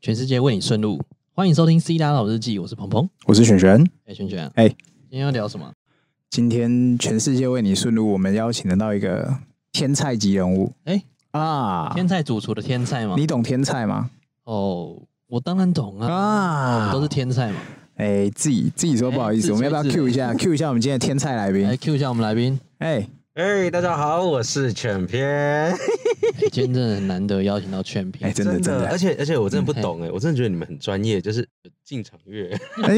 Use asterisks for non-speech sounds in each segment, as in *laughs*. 全世界为你顺路，欢迎收听《C 大佬日记》，我是鹏鹏。我是璇璇。哎，璇璇，哎今天要聊什么？今天全世界为你顺路，我们邀请得到一个天菜级人物。哎啊，天菜主厨的天菜吗？你懂天菜吗？哦，我当然懂啊，我啊们都是天菜嘛。哎，自己自己说不好意哎自思，吹我们要不要自擂 Q 一下 Q 一下我们今天的天菜来来宾？哎 Q 一下我们来宾， *laughs* 哎，哎、大家好，我是犬偏。哎今天真的很难得邀请到全哎，屏，真的嗯真而的，且而且我真的不懂哎、我真的觉得你们很专业，就是进场乐。哎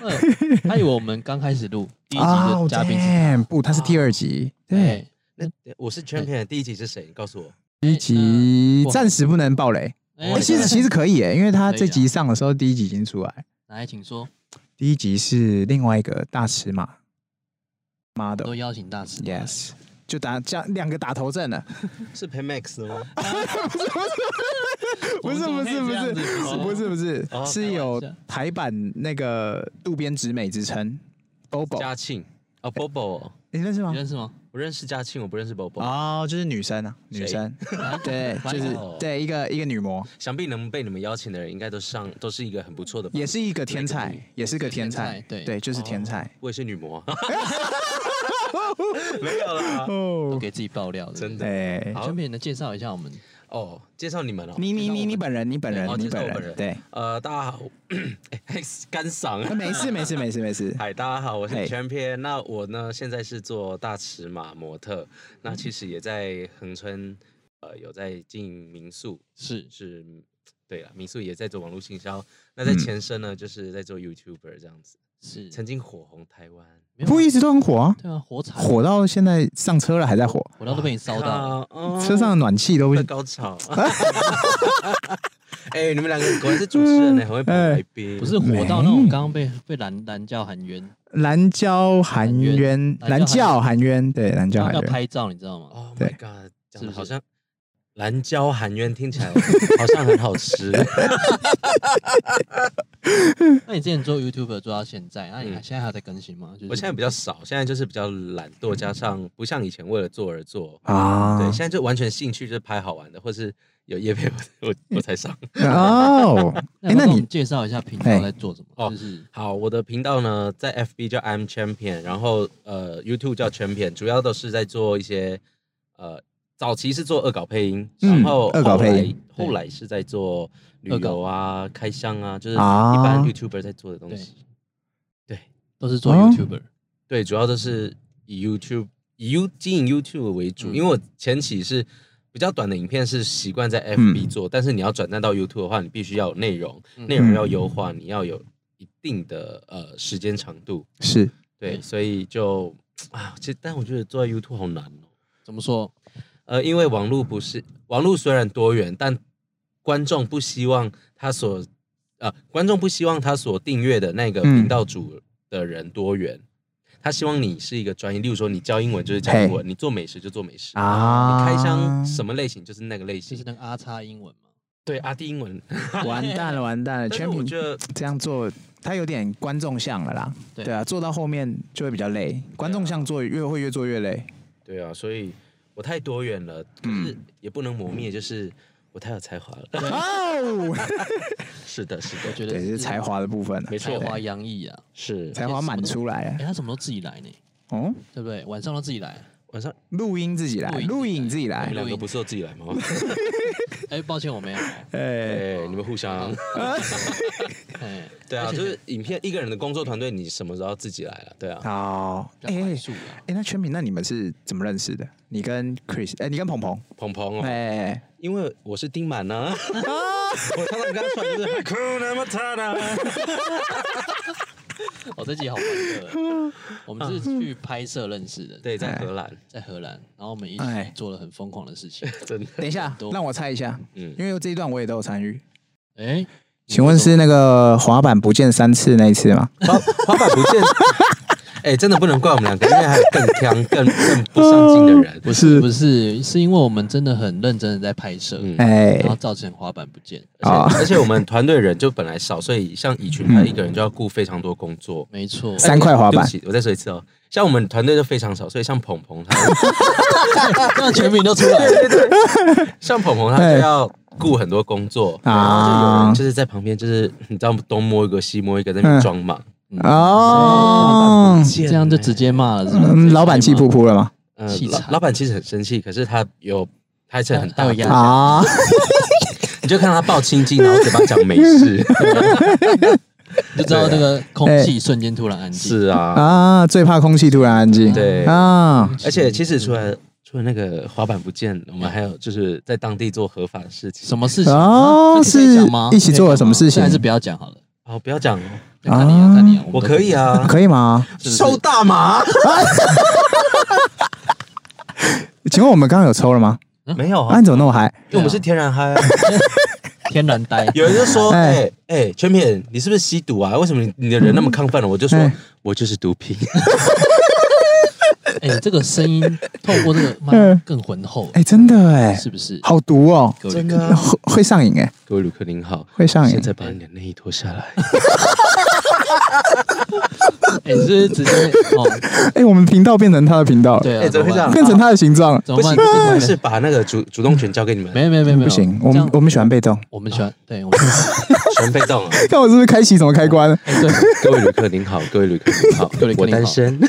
*laughs* 对他以为我们刚开始录第一集啊的嘉宾是他， ，damn，不，他是第二集，对，哎，那我是犬偏的第一集是谁？你告诉我。第一集呃哇暂时不能爆雷。哎哎，其实其实可以哎，因为他可以啊这集上的时候，第一集已经出来，来，请说，第一集是另外一个大尺码 model。都邀请大师来 Yes，就打这两个打头阵了。是 p a Max 的吗？哦我不们是怎么 *laughs* 不可以是这样不是子哦不是不是哦是有台版那个渡边直美之称，Bobo，嘉庆哦 b o b o 你认识吗你？认识吗？我认识嘉庆，我不认识 Bobo。哦，就是女生啊，谁女生，对，哇就是哦对一个一个女模，想必能被你们邀请的人，应该都上都是一个很不错的吧。也是一个天哪个才女，也是个天才天才，对对，就是天才。我也是 *laughs* 女模。 *laughs* 没有啦。都哦，给自己爆料，真的对，好全屏能介绍一下我们哦，介绍你们哦。你你你你本人，你本人哦，你这是我本本人，人对，呃，大家好， *coughs* 哎干嗓。没事没事没事没事，嗨，大家好，我嘿是全篇。那我呢，现在是做大尺码模特，那其实也在恒春，呃，有在经营民宿，是是，对了，民宿也在做网络行销。那在嗯前身呢，就是在做 YouTuber 这样子，是，曾经火红台湾，没有不过一直都很火啊，对啊，火柴，火到现在上车了还在火，火到都被你烧到了，啊，哦车上的暖气都不会高潮。哎，你们两个果然是主持人呢，很会捧来宾。不是火到那没种刚刚被被蓝蓝叫喊冤，蓝椒含冤，蓝蓝椒教含冤，对，啊蓝椒要含要冤，拍照，你知道吗？ ，Oh 对 my god，讲是不的好是像蓝椒含冤，听起来好像很好吃。那你之前做 YouTube 做到现在，那你还嗯现在还有在更新吗？就是我现在比较少，现在就是比较懒惰，加上不像以前为了做而做。啊对，现在就完全兴趣就是拍好玩的，或是有夜配 *laughs* 我我我才上。 *laughs* *laughs* 哦，那哎，那你帮我你们介绍一下频道哎在做什么？哦就是好，我的频道呢在 FB 叫 I'm Champion，然后呃 YouTube 叫 Champion，主要都是在做一些呃早期是做恶搞配音，嗯然后恶搞配音后来后来是在做旅恶搞游啊、开箱啊，就是一啊般 YouTuber 在做的东对西。对都是做哦 YouTuber，对，主要都是以 YouTube 以 U 经营 YouTube 为主，嗯因为我前期是比较短的影片是习惯在 FB 做，但是你要转战到 YouTube 的话，你必须要有内容，嗯内容要优化，你要有一定的呃时间长度。是对，对所以就啊，其实但我觉得做在 YouTube 好难哦。怎么说？呃，因为网络不是网络虽然多元，但观众不希望他所呃观众不希望他所订阅的那个嗯频道主的人多元，他希望你是一个专业，例如说你教英文就是教英文，你做美食就做美食。啊你开箱什么类型就是那个类就是型，那个阿叉英文嘛，对阿弟英文，完蛋了，完蛋了，但是全我品觉得这样做，他有点观众像了啦，对对啊，做到后面就会比较累，观众像做越会越做越累，对啊，所以我太多元了，可是也不能磨灭，就是我太有才华了。 *laughs* 哦， *laughs* 是的，是我的，觉得对，是才华的部分啊没才错华洋溢啊，是才华满出来了啊哎，，他什么都自己来呢，哦，对不对？晚上都自己来，啊晚上录音自己来，录录影影自己你来们，录两个音不是我自己来吗？哎，抱歉我没有哦，哎，哎，你们互相。哎，对啊，而且就是影片一个人的工作团队，你什么时候要自己来了？对啊，好，比哎较快哎速啊，哎，那全品，那你们是怎么认识的？你跟 Chris，哎，你跟鹏鹏，鹏鹏哦，哎。因为我是丁满呢， *laughs* 我常常跟他传就是 Hakuna Matata 我这集好欢乐哦，我们是去拍摄认识的，对，在荷 *laughs* 兰，在荷兰，然后我们一哎起做了很疯狂的事 *laughs* 情。真的，等一下很多，让我猜一下，嗯，因为这一段我也都有参与。哎，请问是那个滑板不见三次那一次吗？滑滑板不 *laughs* 见，哎，真的不能怪我们两个，因为还有更强、更更不上进的人，不是不是，是因为我们真的很认真的在拍摄，嗯，哎然后造成滑板不见。而啊且而且我们团队人就本来少，所以像以群他一个人就要顾非常多工作，没错，三块滑板对不起，我再说一次哦，像我们团队就非常少，所以像鹏鹏他。 *laughs* 那全名都出来了。像鹏鹏他就要顾很多工作，啊就是在旁边就是你知道东摸一个西摸一个在那嗯边装忙，嗯哦，这样就直接骂了，是不嗯，是？老板气不噗噗了吗？呃气老场老板其实很生气，可是他有他还是很他大有压度 *laughs* 力啊，你就看到他抱亲近，然后嘴巴讲没 *laughs* 事，就知道那个空气哎瞬间突然安静。是啊，啊，最怕空气突然安静。对嗯啊，而且其实除了除了那个滑板不见，我们还有就是在当地做合法的事情。什么事情？啊哦，这可以是讲吗一起做了什么事这情还？是不要讲好了。哦，不要讲哦，看你啊，看你啊，我可以 *laughs* 啊，可以吗？是不是抽大麻请问我们刚刚有抽了吗？没有哦啊，啊你？怎么那么嗨？因为我们是天然嗨啊。天然呆。有人就说：“哎哎哎，全品，你是不是吸毒啊？为什么你你的人那么亢奋了？”我就说哎：“我就是毒 *laughs* 品。哎，这个声音透过这个麦更浑厚，哎，真的哎，是不是？好毒哦，各位真的啊会会上瘾哎，”各位旅客您好，会上瘾现。在把你的内衣脱下来。哎，你是不是直接哦，哎，我们频道变成他的频道了，对啊，啊哎怎么会这样变成他的形状了。怎不么行办？不行，我怎还么是把那个主主动权交给你们，没有没有没有没有，不行，我这们样我们喜欢被动。我们喜欢，对，我们全被动啊。看我是不是开启什么开关？哎对，各位旅客您好，各位旅客您好 *laughs* 各位旅，客我您好单身。 *laughs*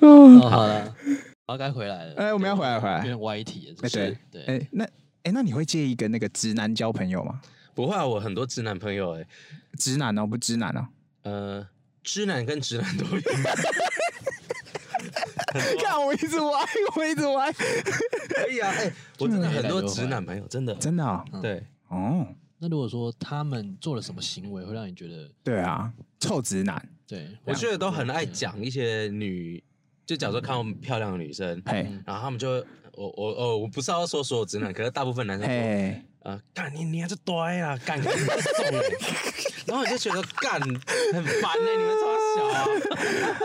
哦好了，好该回来了。哎我们要回来回来有点歪题了，哎是对不是对。哎，那哎，那你会介意跟那个直男交朋友吗？不会啊，我很多直男朋友哎、直男哦，不直男 *laughs* 哦。呃，直男跟直男都有。 *laughs* 看我一直歪，我一直歪，可以啊，哎、我真的很多直男朋友，真的真的哦。嗯对，哦那如果说他们做了什么行为，会让你觉得对啊，臭直男。对？我觉得都很爱讲一些女，就假如说看我们漂亮的女生，嘿，然后他们就会我我哦，我不是要说所有直男，可是大部分男生说，嘿，呃，干你你还是呆啊，干你你还是中了然后我就觉得干很烦哎、你们这么小、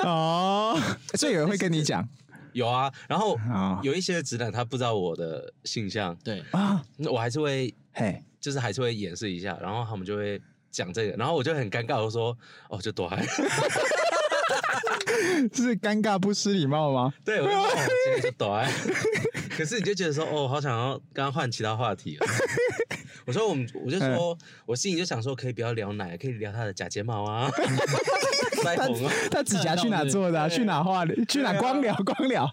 啊，哦，所以有人会跟你讲有啊，然后啊有一些直男他不知道我的性向，对，啊，那我还是会嘿，就是还是会演示一下，然后他们就会讲这个，然后我就很尴尬，我说哦，就躲开。 *laughs* 是尴尬不失礼貌吗？对，我就说哦，今天就躲开。可是你就觉得说哦，好想要刚刚换其他话题了。我说我们，我就说，我心里就想说，可以不要聊奶，可以聊他的假睫毛啊，腮红啊。他指甲去哪做的啊？去哪画的？去哪光疗？光疗？啊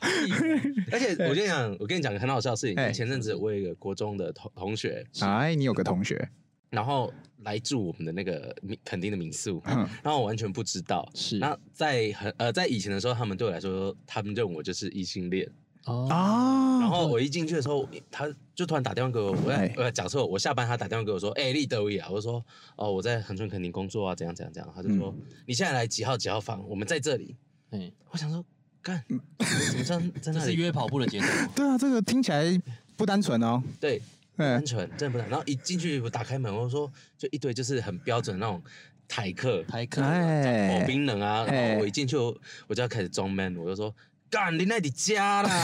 而且我跟你讲，我跟你讲个很好笑的事哎情。前阵子我有一个国中的同同学， *laughs* 哎，你有个同学，然后来住我们的那个民垦丁的民宿，哼然后我完全不知道。是那在很呃，在以前的时候，他们对我来说，他们认我就是异性恋。哦，然啊，后我一进去的时候，他就突然打电话给我，我哎在呃，假设我下班，他打电话给我说：“哎、立德伟啊！”我说：“哦，我在恒春垦丁工作啊，怎样怎样怎样。”他就说：“嗯你现在来几号几号房？我们在这里。哎，”我想说，干，怎么 *laughs* 在在嗯这那是里？约跑步的节奏吗。对啊，这个听起来不单纯哦。对，嗯单，纯真的不然。然后一进去，我打开门，我说就一堆就是很标准的那种台客，台客哎哦，冰冷啊。然哎后我一进去，我我就要开始装 man，我就说。干，你那里家 *laughs* 啦！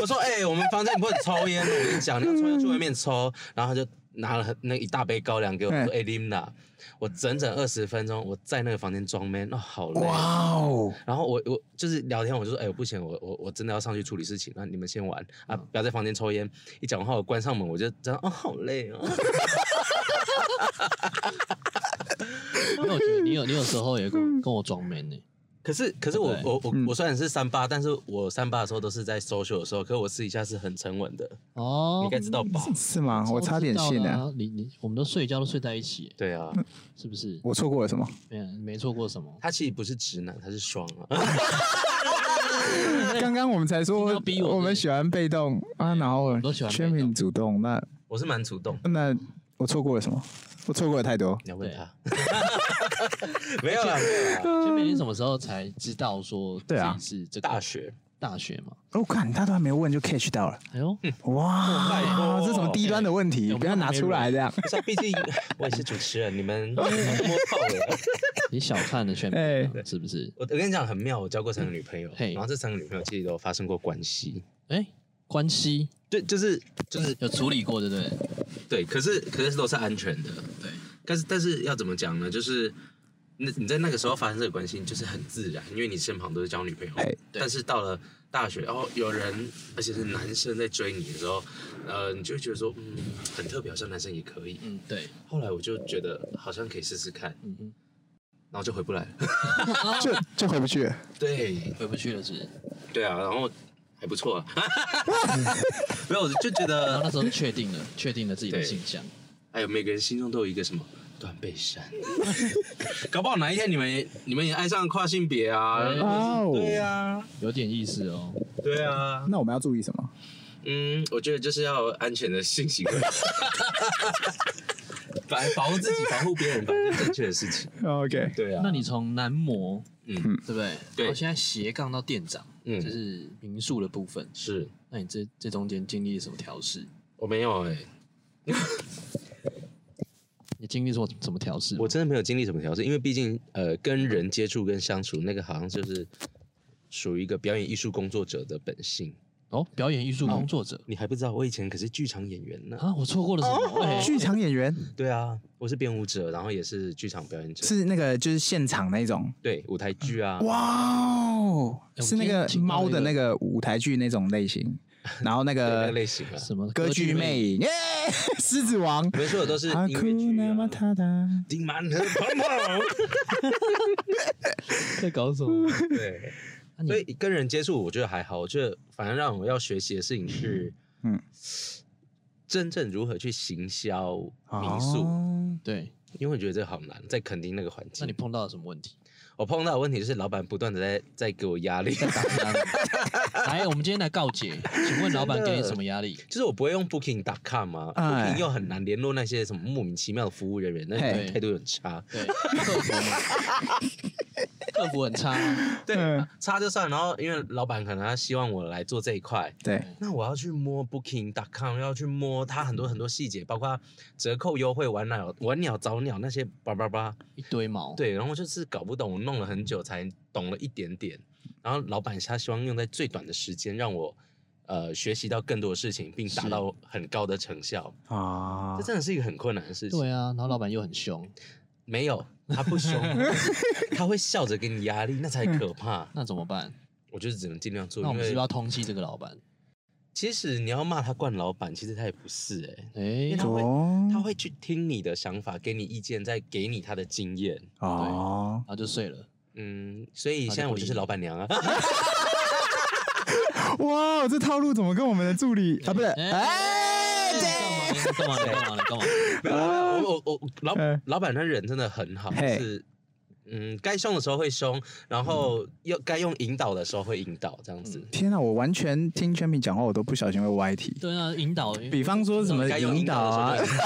我说，哎、我们房间不能抽烟的，我跟你讲，你要抽烟去外面抽。然后他就拿了很那一大杯高粱给我，哎说，哎、琳娜，我整整二十分钟我在那个房间装 man，哦，好累。哇哦，然后我我就是聊天，我就说，哎、我不行，我我我真的要上去处理事情，那你们先玩啊，嗯不要在房间抽烟。一讲完话，我关上门，我就这样，哦，好累哦。因为我觉得你有你有时候也跟我跟我装 man 呢、可是可是我对我我嗯我虽然是三八，但是我三八的时候都是在 social 的时候，可是我私底下是很沉稳的，哦，你应该知道吧？ *laughs* 是吗？我差点信呢。呢。你你我们都睡觉都睡在一起，对啊，是不是？我错过了什么？没有没错过什么。他其实不是直男，他是双啊。 *laughs* *laughs* 刚刚我们才你说要逼我嗯我们喜欢被动啊，然后我都喜欢被全民动主动，那我是蛮主动，那我错过了什么？我错过了太多。你要问啊他。 *laughs* 没有啦，没 *laughs* 有啦就美你什么时候才知道说啊对啊自己是这个大学大学嘛？我看他都还没问就 catch 到了，哎 *laughs* 呦，拜 *laughs* 哇，托这什么低端的问题，哎不要拿出来 *laughs* 这样。不是啊，毕竟我也是主持人，你们摸透了。你小看了全民哎啊、是不是？我我跟你讲很妙，我交过三个女朋友，嘿然后这三个女朋友其实都发生过关系。哎、关系对，就是就是有处理过，对不对？对，可是可是都是安全的，对。但是但是要怎么讲呢？就是那你在那个时候发生这个关系，你就是很自然，因为你身旁都是交女朋友。哎对但是到了大学，然后有人，而且是男生在追你的时候，呃，你就会觉得说，嗯，很特别，好像男生也可以。嗯，对，后来我就觉得好像可以试试看，嗯哼，然后就回不来了。 *laughs* 就就回 *laughs* 不去了。对，回不去了是不是。对啊，然后还不错啊。 *laughs* 没有，我就觉然后得，那时候就确定了，确定了自己的对性向。哎呦，每个人心中都有一个什么断背山， *laughs* 搞不好哪一天你们也你们也爱上跨性别啊。哎哇哦对啊，有点意思哦。对啊。那我们要注意什么？嗯，我觉得就是要有安全的性行 *laughs* 为，保保护自己，保护别人，反正正确的事情。 OK，对啊那你从男模，嗯对不对？对然后现在斜杠到店长，嗯这是民宿的部分。是那你这这中间经历什么调试？我没有哎、你经历什么什么调试？我真的没有经历什么调试，因为毕竟呃跟人接触跟相处，那个好像就是属于一个表演艺术工作者的本性。哦，表演艺术工作者你还不知道，我以前可是剧场演员呢。啊，我错过了什么？哦哎剧场演员对啊，我是编舞者，然后也是剧场表演者，是那个就是现场那种，对舞台剧啊。哇哦，哎我是那个今天听到猫的那那个舞台剧那种类型，然后那对那个个类型啊，什么歌剧魅？影，耶， *laughs* 狮子王，没错，都是音乐剧啊。顶满河跑 *laughs* 跑。在搞什 *laughs* 么？对。啊你所以跟人接触，我觉得还好。我觉得反正让我要学习的事情是，嗯嗯，真正如何去行销民宿，哦对，因为我觉得这个好难，在垦丁那个环那你境。碰到了什么问题？我碰到的问题就是，老板不断的在在给我压力，在打压你。 *laughs* 来，我们今天来告解，请问老板给你什么压力？就是我不会用 Booking.com 啊哎，Booking 又很难联络那些什么莫名其妙的服务人员，那嘿态度很差。对， *laughs* 客服吗？客服很差，对嗯，差就算，然后因为老板可能他希望我来做这一块，对，那我要去摸 Booking.com，要去摸它很多很多细节，包括折扣优惠、晚鸟、晚鸟早鸟那些叭叭叭。一堆毛。对，然后就是搞不懂，我弄了很久才懂了一点点。然后老板他希望用在最短的时间让我呃学习到更多的事情，并达是到很高的成效。啊这，真的嗯是一个很困难的事情。对啊，然后老板又很凶，没有他 *laughs* 不凶，他会笑着给你压力，那才可怕。那怎么办？我就是只能尽量做，嗯那我因们是不是为要通缉这个老板？其实你要骂他惯老板，其实他也不是哎、哎因为，他会哦他会去听你的想法，给你意见，再给你他的经验。哦然，后就睡了。嗯，所以那就现在我不就一是样老板娘啊，哇，哦这套路怎么跟我们的助理啊，不是，嗯哎，对，你干嘛？你干嘛？你干嘛？你没有啦 *laughs* 我我我老哎老板那人真的很好，嘿是嗯，该凶的时候会凶，然嗯后要该用引导的时候会引导，这样子。天哪，我完全听圈米讲话，我都不小心会歪题。 *laughs* 对啊，引导。比方说什么该用引导啊的，时候会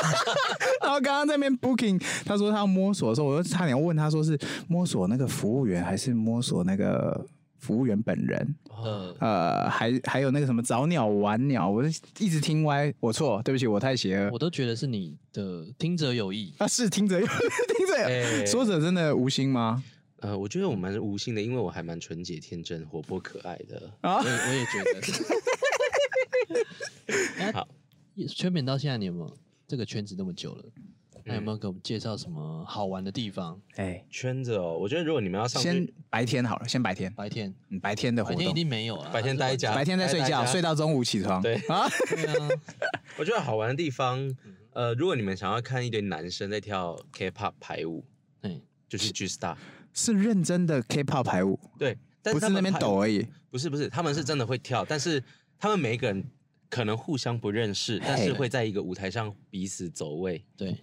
然后刚刚在那边 booking，他说他要摸索的时候，我就差点问他说是摸索那个服务员还是摸索那个服务员本人？呃，呃，还还有那个什么早鸟晚鸟，我就一直听歪，我错，对不起，我太邪恶我都觉得是你的听者有意。啊！是听者有 *laughs* 听者有，哎说者真的无心吗？呃，我觉得我蛮无心的，因为我还蛮纯洁、天真、活泼、可爱的。啊我，也我也觉得。 *laughs* 哎好，圈粉到现在，你有没有这个圈子那么久了？那有没有嗯给我们介绍什么好玩的地方？哎，圈子哦，我觉得如果你们要上先去，白天好了，先白天，白天，嗯白天的活啊白天一动，定没有啊了。白天待在家，白天在睡待觉，在家睡到中午起床。对啊，对啊，我觉得好玩的地方，呃，如果你们想要看一堆男生在跳 K-pop 排舞，哎，就是 G Star，是认真的 K-pop 排舞，对，但不是他那们边排抖，而啊已。不是不是，他们是真的会跳，但是他们每一个人可能互相不认识，但是嘿会在一个舞台上彼此走位，对，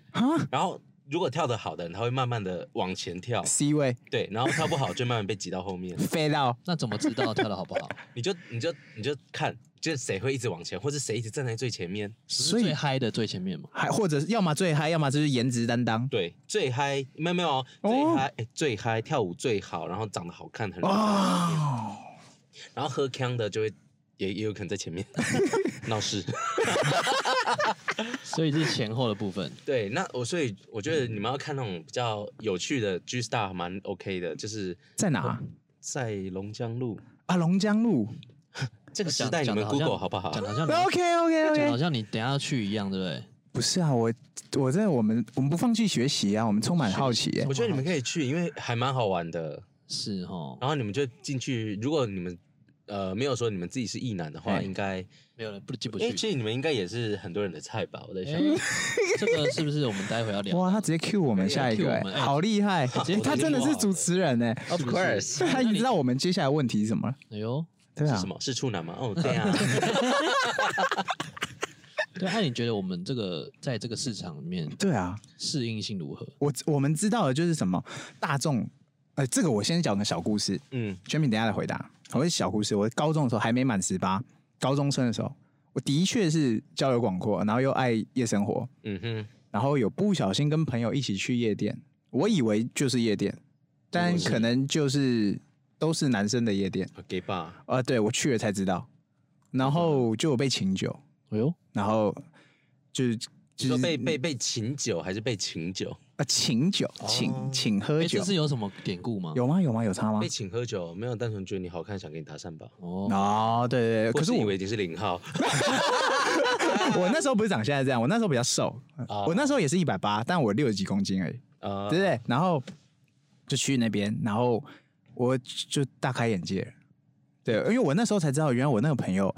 然后如果跳得好的人，他会慢慢的往前跳， C 位对，然后跳不好就慢慢被挤到后面，飞到那怎么知道跳的好不 *laughs* 好？你就你就你就看，就是谁会一直往前，或是谁一直站在最前面，所所以以最嗨的最前面嘛。还或者是要么最嗨，要么就是颜值担当。对，最嗨没有没有哦最嗨、哎最嗨跳舞最好，然后长得好看很哦，哦，然后喝康的就会也也有可能在前面闹事。所以是前后的部分。对，那我所以我觉得你们要看那种比较有趣的 G Star 蛮 OK 的，就是在哦哪？在龙江路啊，龙江路。这个时讲代，你讲们得好像 Google 好不好？讲得好像你 OK OK 讲得 OK 好。像你等一下要去一样，对不对？不是啊，我我真的我们我们不放弃学习啊，我们充满好奇、耶我觉得你们可以去，因为还蛮好玩的。是哦，然后你们就进去，如果你们呃没有说你们自己是异男的话，哎应该没有人不进不哎，去。其实你们应该也是很多人的菜吧？我在想哎，这个是不是我们待会要 *laughs* 聊？哇，他直接 Q 我们下一个、没有 cue 我们哎哎好厉害！接他真的是主持人哎、 Of 是不是 course 他已经知道我们接下来问题是什么了。哎呦，对是啊什，么？是处男吗？哦，对啊，对，啊那、你觉得我们这个在这个市场里面对啊，适应性如何？我我们知道的就是什么大众，呃，这个我先讲个小故事，嗯，全品等一下来回答。我是小故事，我高中的时候还没满十八，高中生的时候，我的确是交友广阔，然后又爱夜生活，嗯哼，然后有不小心跟朋友一起去夜店，我以为就是夜店，但可能就是都是男生的夜店。好 gay 吧，啊，对我去了才知道，然后就有被请酒，哎呦，然后就是你就说是被被被请酒还是被请酒？啊请酒，哦请请喝哎，酒这，是有什么典故吗？有吗？有吗？有差吗被？请喝酒，没有单纯觉得你好看想跟你搭讪吧？哦，哦，对对对，或可是我以为已经是零号，我那时候不是长现在这样，我那时候比较瘦，呃啊 *laughs* 我那时候也是一百八，但我六十几公斤而已，呃对不对？然后就去那边，然后我就大开眼界了，对，因为我那时候才知道，原来我那个朋友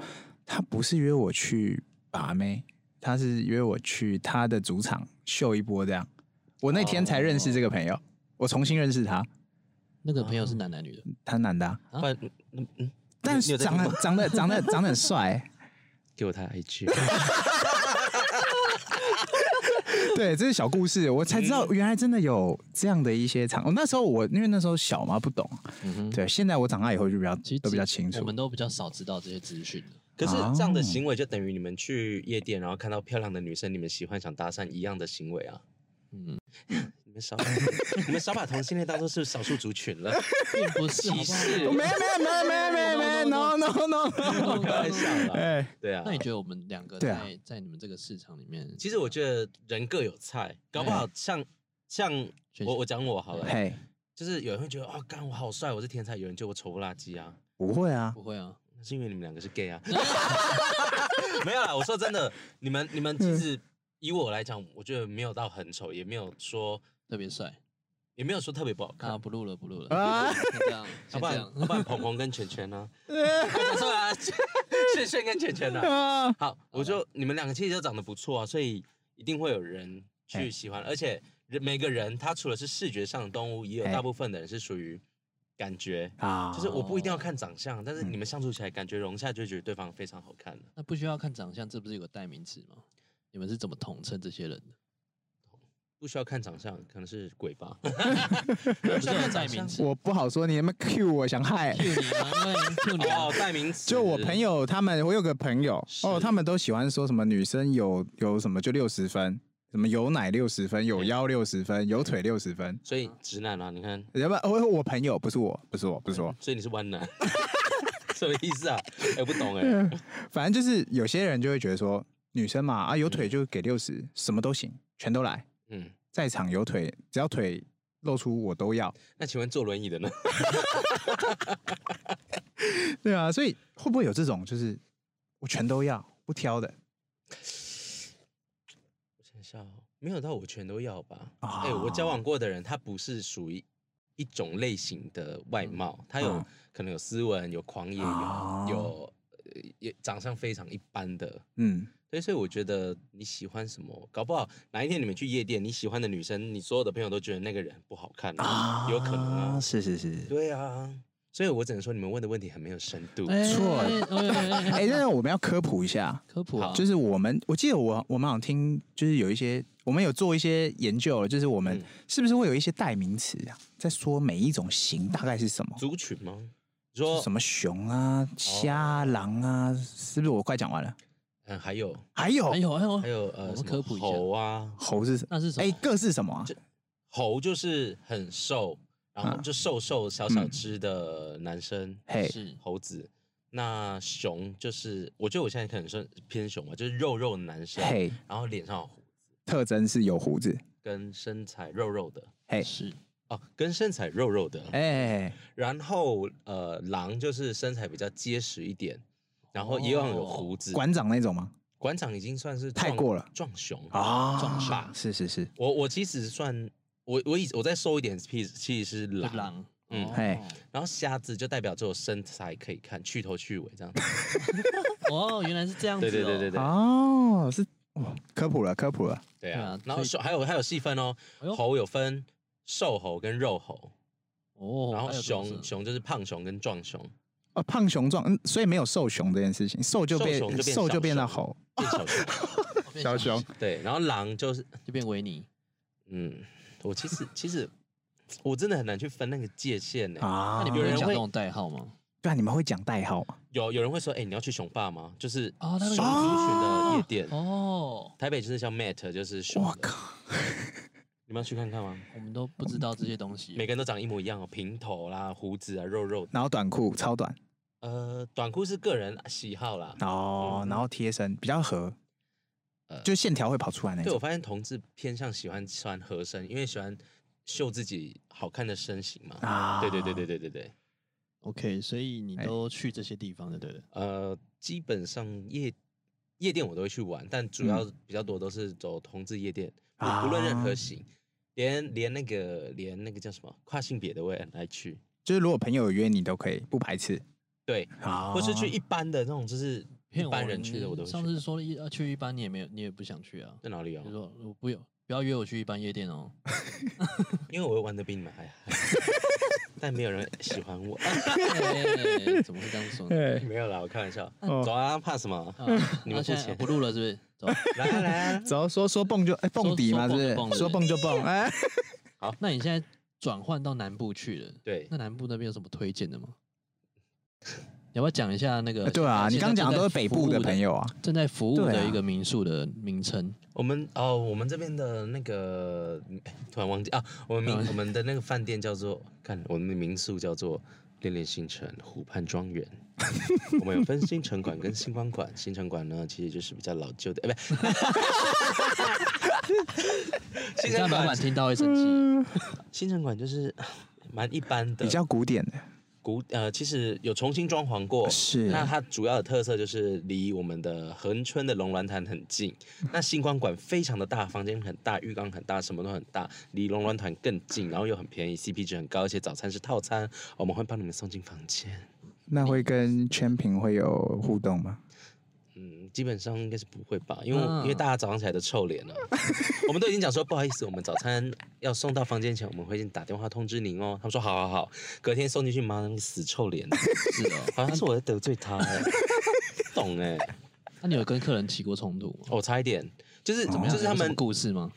他不是约我去把妹，他是约我去他的主场秀一波这样。我那天才认识这个朋友，我重新认识他，那个朋友是男男女的，他男的啊、啊不然嗯嗯，但你是有在长得听吗 *laughs* 长得长得长得很帅、给我他 *laughs* IG，对，这是小故事，我才知道原来真的有这样的一些场。我、那时候我因为那时候小嘛，不懂。啊嗯哼，对，现在我长大以后就比较其实都比较清楚我。们都比较少知道这些资讯的。可是这样哦的行为就等于你们去夜店，然后看到漂亮的女生，你们喜欢想搭讪一样的行为啊。嗯，你们 *laughs* 少把，你们少把同性恋当做是少数族群了， *laughs* 并不是，歧视 *laughs* 没 *laughs* 有没有没有没有没有没有 no no no！好不开好玩笑 *laughs* 啦。哎，对啊那，你觉得我们两个对啊在在你们这个市场里面，其实我觉得人各有菜，搞不好像像确实我我讲我好了，嘿，就是有人会觉得哦，干我好帅，我是天才；有人觉得我丑不拉几啊，不会 *laughs* 啊，不会啊？那是因为你们两个是 gay *laughs* 啊。没有啦，我说真的，你们你们其实以我来讲，我觉得没有到很丑，也没有说特别帅也没有说特别不好看啊！。不录了，不录了，啊先 *laughs* 这样，要先不这然样。要不然鹏鹏跟圈圈 *laughs* 呢？ *laughs* 讲错了啊，炫炫跟圈圈呢？啊，好，我就你们两个其实都长得不错啊，所以一定会有人嘿去喜哎欢，而且人每个人他除了是视觉上的动物，也有哎嘿大部分的人是属于感觉，啊就是我不一定要看长相，但是嗯你们相处起来感觉融洽，就会觉得对方非常好看那不需要看长相，这不是有个代名词吗？你们是怎么统称这些人的？不需要看长相，可能是鬼吧。不是有代名词我不好说，你们 Q 我想害 Q。你吗？因为 *laughs* Q 你啊哦，代名词。就我朋友他们，我有个朋友哦，是他们都喜欢说什么女生有有什么就六十分，什么有奶六十分，有腰六十嗯分，有腿六十分。所以直男啊，你看，要不然我我朋友不是我，不是我，不是我，所以你是弯 *laughs* 男，什么意思啊？哎，不懂嗯哎。反正就是有些人就会觉得说，女生嘛啊有腿就给六十，什么都行，全都来。嗯，在场有腿，只要腿露出我都要。那请问坐轮椅的呢？ *laughs* 对啊，所以会不会有这种就是我全都要不挑的？想想哦，没有到我全都要吧？哎、啊我交往过的人，他不是属于一种类型的外貌，他有、嗯可能有斯文，有狂野，啊有有、呃、也长相非常一般的。嗯，对，所以我觉得你喜欢什么，搞不好哪一天你们去夜店，你喜欢的女生，你所有的朋友都觉得那个人不好看啊，有可能啊。是是是。对啊，所以我只能说你们问的问题很没有深度。哎错哎哎哎哎哎哎、那我们要科普一下，科普啊，就是我们，我记得我我们好像听，就是有一些我们有做一些研究了，就是我们嗯是不是会有一些代名词啊，在说每一种型大概是什么？族群吗？你说什么熊哦啊、虾、狼啊，是不是？我快讲完了。嗯，还有还有哎呦哎呦还，有我呃，们什么科普一下猴啊，猴是什么？那是什哎、么？各是什么啊？猴就是很瘦，然后嗯啊就瘦瘦小小只的男生，嘿，是猴子。那熊就是，我觉得我现在可能是偏熊吧，就是肉肉的男生，嘿，然后脸上有胡子，特征是有胡子。跟身材肉肉的嘿，是哦，跟身材肉肉的。哎、然后呃，狼就是身材比较结实一点，然后也有有胡子，哦馆长那种吗？馆长已经算是太壮过了壮熊啊，壮霸。是是是，我我其实算我我以我再瘦一点，其实其实是狼，狼，嗯哦嘿然后瞎子就代表只有身材可以看，去头去尾这样子。哦，原来是这样子哦，对对对对对哦，是哇，科普了科普了，对对啊啊，然所后以手还有还有细分哦哎，呦猴有分瘦猴跟肉猴，哦，然后还有这种熊事熊就是胖熊跟壮熊，哦，胖熊壮，嗯，所以没有瘦熊这件事情，瘦就被瘦熊就变瘦小就变到熊猴变小熊。 *laughs* 哦变小熊，对，然后狼就是就变维尼，嗯，我其实其实我真的很难去分那个界限欸呢。那啊你们们有会人讲会这种代号吗？对啊，你们会讲代号吗？有有人会说，哎，你要去熊爸吗？就是哦那熊族个群的夜店，哦，台北就是像 Mat 就是熊我的，啊靠，你们要去看看吗？我们都不知道这些东西，每个人都长一模一样哦，平头啦、胡子啊、肉肉的。然后短裤超短呃，短裤是个人啊喜好啦。哦，然后贴身比较合，嗯呃就线条会跑出来那对，我种。发现同志偏向喜欢穿合身，因为喜欢秀自己好看的身形嘛。啊对对对对对对对。 OK，所以你哎都去这些地方就对了。呃，基本上夜夜店我都会去玩，但主嗯要比较多都是走同志夜店，不啊不论任何型，连连那个连那个叫什么跨性别的我也很爱去，就是如果朋友有约你都可以不排斥对，啊或是去一般的那种就是一哦骗我般你人去的我都会上去。次说一要去一班，你也没有，你也不想去啊。在哪哦里啊就？说我不有，不要约我去一般夜店 *laughs* 哦。因为我会玩的比你们还 *laughs* 嗨，但没有人喜欢我。哎怎么会这样说呢？对没有啦，我开玩笑。哦走啊，怕什么？ *laughs* 啊你嗯那们付现在钱不录了是不是？走。 *laughs* 来啊来啊！只要说说蹦就哎蹦说迪嘛，是说不蹦就是蹦？对说蹦就蹦，哎，那你现在转换到南部去了，对，那南部那边有什么推荐的吗？你要不要讲一下那个？ *laughs* 对啊，你现在刚讲的都是正在北服部务的的朋，友啊，正在服务对啊的一个民宿的名称。我们哦，我们这边的那个哎突然忘记啊，我们民我们的那个饭店叫做，看我们的民宿叫做恋恋星辰湖畔庄 *laughs* 园。我们有分新城馆跟星光馆，新城馆呢其实就是比较老旧的，哎、 *laughs* 不是，你新这城样老板馆听到会生嗯气。新城馆就是啊蛮一般的，比较古典的，古呃，其实有重新装潢过，是那它主要的特色就是离我们的恒春的龙銮潭很近，那星光馆非常的大，房间很大，浴缸很大，什么都很大，离龙銮潭更近，然后又很便宜，CP 值很高，而且早餐是套餐，哦我们会帮你们送进房间。那会跟全屏会有互动吗？嗯，基本上应该是不会吧，因为、嗯因为大家早上起来都臭脸了， *laughs* 我们都已经讲说不好意思，我们早餐要送到房间前，我们会先打电话通知您哦。他们说好好好，隔天送进去，妈那个死臭脸，是哦，好像是我在得罪他、欸，不懂哎、那你有跟客人起过冲突吗？我、差一点，就是怎么样哦就是他有什么们故事吗？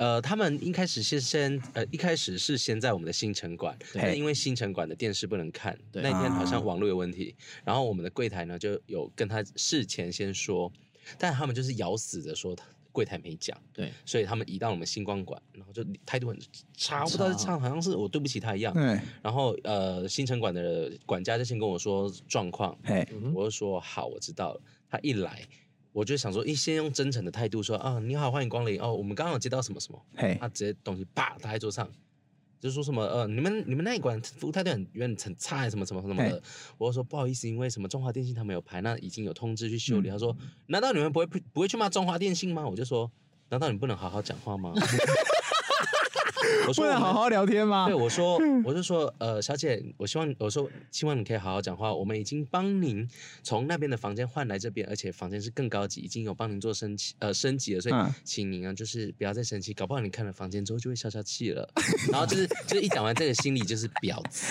呃，他们一开始是先呃一开始是先在我们的新城馆，对但因为新城馆的电视不能看，对啊那一天好像网络有问题，然后我们的柜台呢就有跟他事前先说，但他们就是咬死的说柜台没讲，对，所以他们移到我们星光馆，然后就态度很差，不知道是差，好像是我对不起他一嗯样。对，然后呃，新城馆的管家就先跟我说状况，嘿，嗯我就说好，我知道了。他一来，我就想说，一先用真诚的态度说啊，你好，欢迎光临哦，我们刚刚有接到什么什么，嘿，他直接东西啪打在桌上，就说什么呃，你们你们那一馆服务态度很有点很差，什么什么什么的。我就说不好意思，因为什么中华电信他们有排，那已经有通知去修理。他说难道你们不会不会去骂中华电信吗？我就说难道你不能好好讲话吗？ *laughs* 我不说我能们好好聊天吗对，？我说，我就说，呃，小姐，我希望，我说，希望你可以好好讲话。我们已经帮您从那边的房间换来这边，而且房间是更高级，已经有帮您做升级，呃，升级了。所以嗯，请您啊，就是不要再生气，搞不好你看了房间之后就会消消气了。 *laughs* 然后就是，就是一讲完这个，心里就是婊子，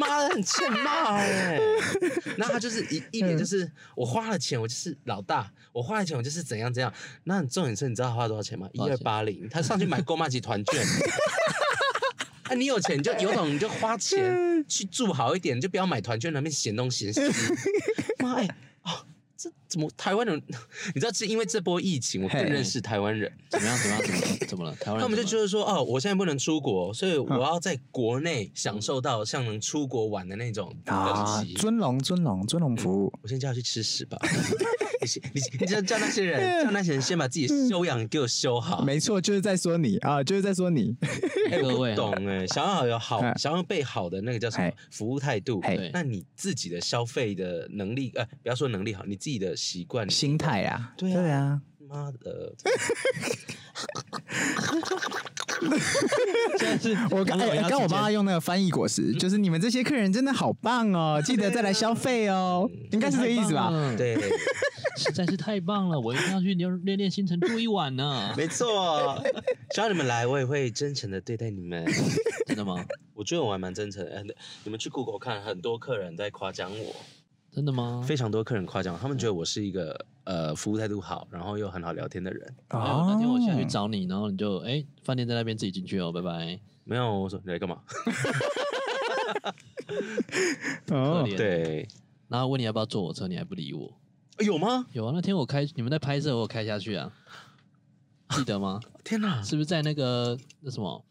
妈的，很欠骂哎、那他就是一一脸就是，我花了钱，我就是老大，我花了钱，我就是怎样怎样。那你重点是，你知道他花多少钱吗？一多少二钱八零，他上去买购买集团券。 *laughs* 啊，你有钱你就有种你就花钱去住好一点，你就不要买团券那边嫌东嫌西。妈哎、啊，这怎么台湾人？ *laughs* 你知道是因为这波疫情，我更嘿认识台湾人。怎么样？怎么样？怎么样怎么了？台湾人他们就觉怎么了得说，哦，我现在不能出国，所嗯以我要在国内享受到像能出国玩的那种啊等级，。尊龙尊龙尊龙服务，我先叫他去吃屎吧！ *laughs* 你先你你叫叫那些人，叫那些人先把自己修养给我修嗯好。嗯啊没错，就是在说你啊，就是在 *laughs* 说你，哎，我各不位哦 *laughs* 懂哎，想要有好，嗯想要被好的那个叫什么嘿服务态度嘿，那你自己的消费的能力，呃，不要说能力好，你自己的习惯心态啊，对啊对啊，妈的，嗯现在是我刚啃老哎鸭刚我时间妈用那个翻译果实，就是你们这些客人真的好棒哦，记得再来消费哦，嗯应该是这个意思吧？？对，对，实在是太棒了，我一定要去练练练新城住一晚呢。没 *laughs* 错，只要你们来，我也会真诚的对待你们。真的吗？我觉得我还蛮真诚的，呃你们去 Google 看，很多客人在夸奖我，真的吗？非常多客人夸奖我，他们觉得我是一个呃服务态度好，然后又很好聊天的人。哦没有哎那天我下去找你，然后你就哎，饭店在那边自己进去哦，拜拜。没有，我说你来干嘛？可哦，怜。，对，哎然后问你要不要坐我车，你还不理我。有吗？有啊，那天我开你们在拍摄，我有开下去啊，记得吗？天哪！是不是在那个那什么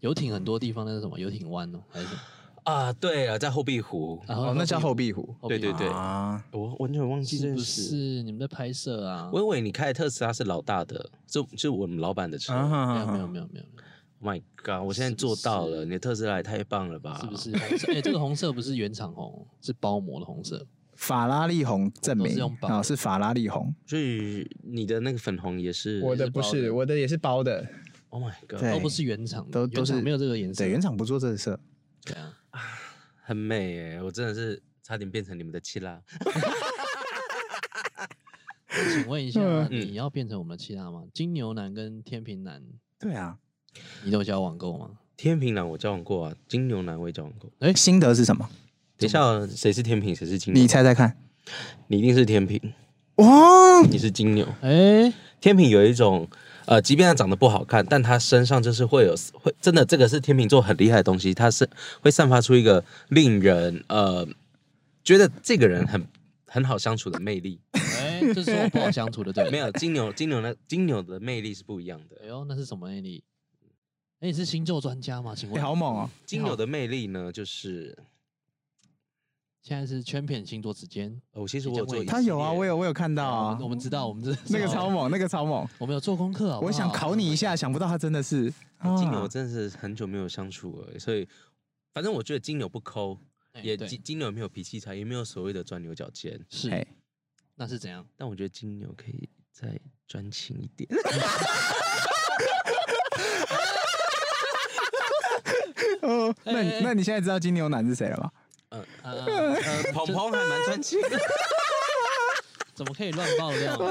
游艇很多地方？那是什么游艇湾哦，还是什么？啊，对了，在后壁湖，然哦，那叫后壁湖，后壁对对啊，我完全忘记是这件不事。是你们在拍摄啊？我以为你开的特斯拉是老大的，就就我们老板的车。啊 Oh 没哈有没有哈，没有没有， my god！我现在做到了，你的特斯拉也太棒了吧？是不？是红色？哎，这个红色不是原厂红，是包膜的红色。法拉利红证我都明是用包的啊，是法拉利红，所以你的那个粉红也是我的不也是包是，的我的也是包的， ？Oh my god！对都不是原厂的，哎都都原厂是没有这个颜色对，。原厂不做这色，对啊，很美耶，我真的是差点变成你们的七拉。请问一下，嗯你要变成我们的其他吗？金牛男跟天平男，对啊，你都交往过吗？天平男我交往过啊，金牛男我也交往过。哎，心得是什么？等一下哦，谁是天平，谁是金牛？你猜猜看，你一定是天平，哇，你是金牛。哎，天平有一种，呃，即便他长得不好看，但他身上就是会有，会真的这个是天秤座很厉害的东西，他是会散发出一个令人呃觉得这个人很很好相处的魅力。哎，这是我不好相处的，对了没。有金牛，金牛的金牛的魅力是不一样哎的。呦，那是什么魅力？哎，你是星座专家吗？请你问，好猛哦，金牛的魅力呢，就是现在是圈片星座之间。哦，其实我有做一系列，他有啊，我有我有看到我啊们我，们知道，我们这那 *laughs* 个超，猛，那个超猛，我们有做功课好不好我想考你一下，想不到他真的是啊金牛，真的是很久没有相处了，所以反正我觉得金牛不抠，哎也对金金牛也没有脾气差，也没有所谓的钻牛角尖，是哎，那是怎样？但我觉得金牛可以再专情一点。哦，那哎你哎那你现在知道金牛男是谁了吧？嗯，呃， *laughs* 呃， *laughs* 鹏鹏还蛮专情的。怎么可以乱爆 *laughs* 料呢？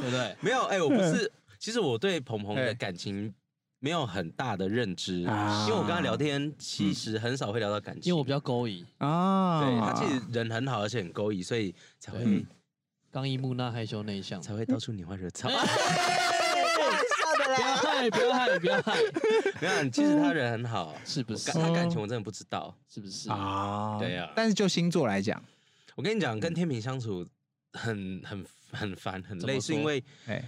对不对？ *laughs* 没有，哎、我不是，其实我对鹏鹏的哎感情没有很大的认知，啊因为我跟他聊天，其实很少会聊到感情，因为我比较勾引，啊，对他其实人很好，而且很勾引，所以才会对嗯刚毅木讷、害羞内 *laughs* 哎向。才会到处拈花惹草。不要害，不要害，不要害， *laughs* 没有，其实他人很好，是 *laughs* 不我是感？他感情我真的不知道。是不是？啊，对啊但是就星座来讲，我跟你讲，跟天平相处很很很烦很嗯怎么累，是因说为哎，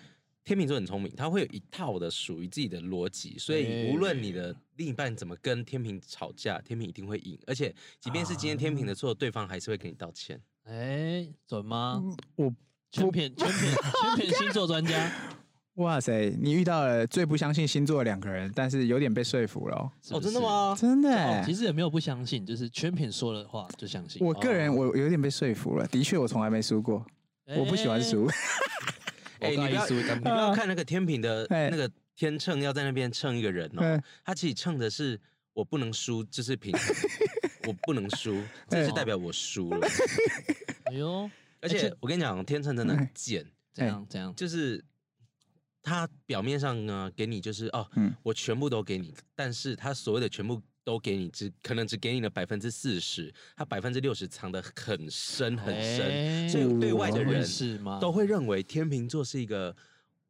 天秤座很聪明，他会有一套的属于自己的逻辑，所哎以无论你的另一半怎么跟天平吵架，天平一定会赢。而且，即便是今天天平的啊错，对方还是会跟你道歉。哎，准吗？我圈片，圈 *laughs* 片，圈片星座专哦家，哇塞，你遇到了最不相信星座的两个人，但是有点被说服了哦，是不是？ *laughs* 吗？真的哦哎。其实也没有不相信，就是圈片说的话就相信。我个人我有点被说服了，的确我从来没输过，我不喜欢哎输。哎、你不要，你 *laughs* 不要看那个天平的哎那个天秤要在那边称一个人哦哎，他其实称的是我不能输，就是平衡， *laughs* 我不能输，这哎就代表我输 *laughs* 了。哎呦，而且我跟你讲，哦天秤真的很哎贱。怎哎样怎样？就是他表面上呢给你就是哦，嗯我全部都给你，但是他所谓的全部都给你，只可能只给你了百分之四十，他百分之六十藏得很深很深，哎啊所以对外的怎么回人事吗？都会认为天秤座是一个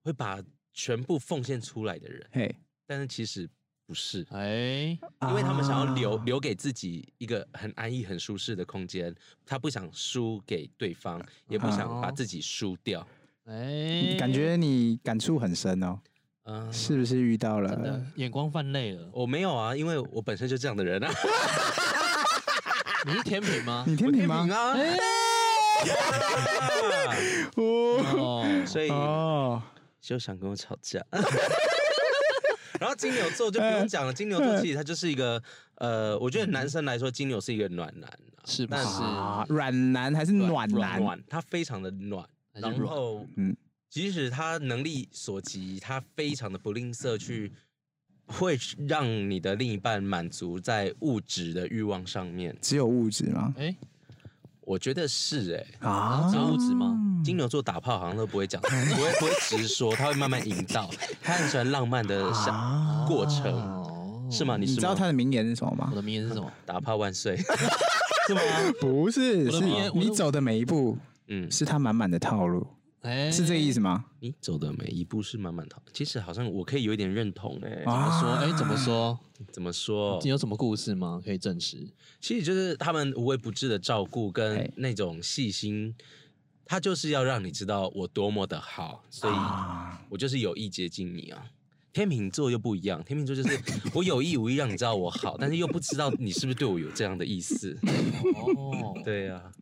会把全部奉献出来的人，嘿，但是其实不是。哎，因为他们想要留啊留给自己一个很安逸、很舒适的空间，他不想输给对方，也啊不想把哦自己输掉。哎，感觉你感触很深哦，嗯，是不是遇到真的了？眼光泛泪了。我没有啊，因为我本身就这样的人啊。 *laughs* 你是甜品吗？你 *laughs* 天 *laughs* 我平天吗平？啊，哦哦， *laughs* 所以哦，休想跟我吵架。 *laughs* 然后金牛座就不用哎讲了，金牛座其实他就是一个呃，我觉得男生来说，金牛是一个暖男啊，是不但是？啊，软男还是暖男？暖，他非常的暖，还是然软后嗯即使他能力所及，他非常的不吝啬去，会让你的另一半满足在物质的欲望上面。只有物质吗？哎，我觉得是哎、啊，只有物质吗？金牛座打炮好像都不会讲， *laughs* 不会不会直说，他会慢慢引 *laughs* 导，他很喜欢浪漫的啊想过程，哦，是吗？你你是知道吗他？的名言是什么吗我？的名言是 *laughs* 什么？打炮万岁，是吗？不是，我的是名言我的你走的每一步嗯，是他满满的套路，哎，是这个意思吗？你走的每一步是满满的，其实好像我可以有一点认同哎、啊怎么说？哎，怎么说？怎么说？你有什么故事吗？可以证 *laughs* 实？其实就是他们无微不至的照顾跟嘿那种细心，他就是要让你知道我多么的好，所以啊我就是有意接近你啊。天秤座又不一样，天秤座就是我有意无意让你知道我好，但是又不知道你是不是对我有这样的意思。哦，对呀、啊，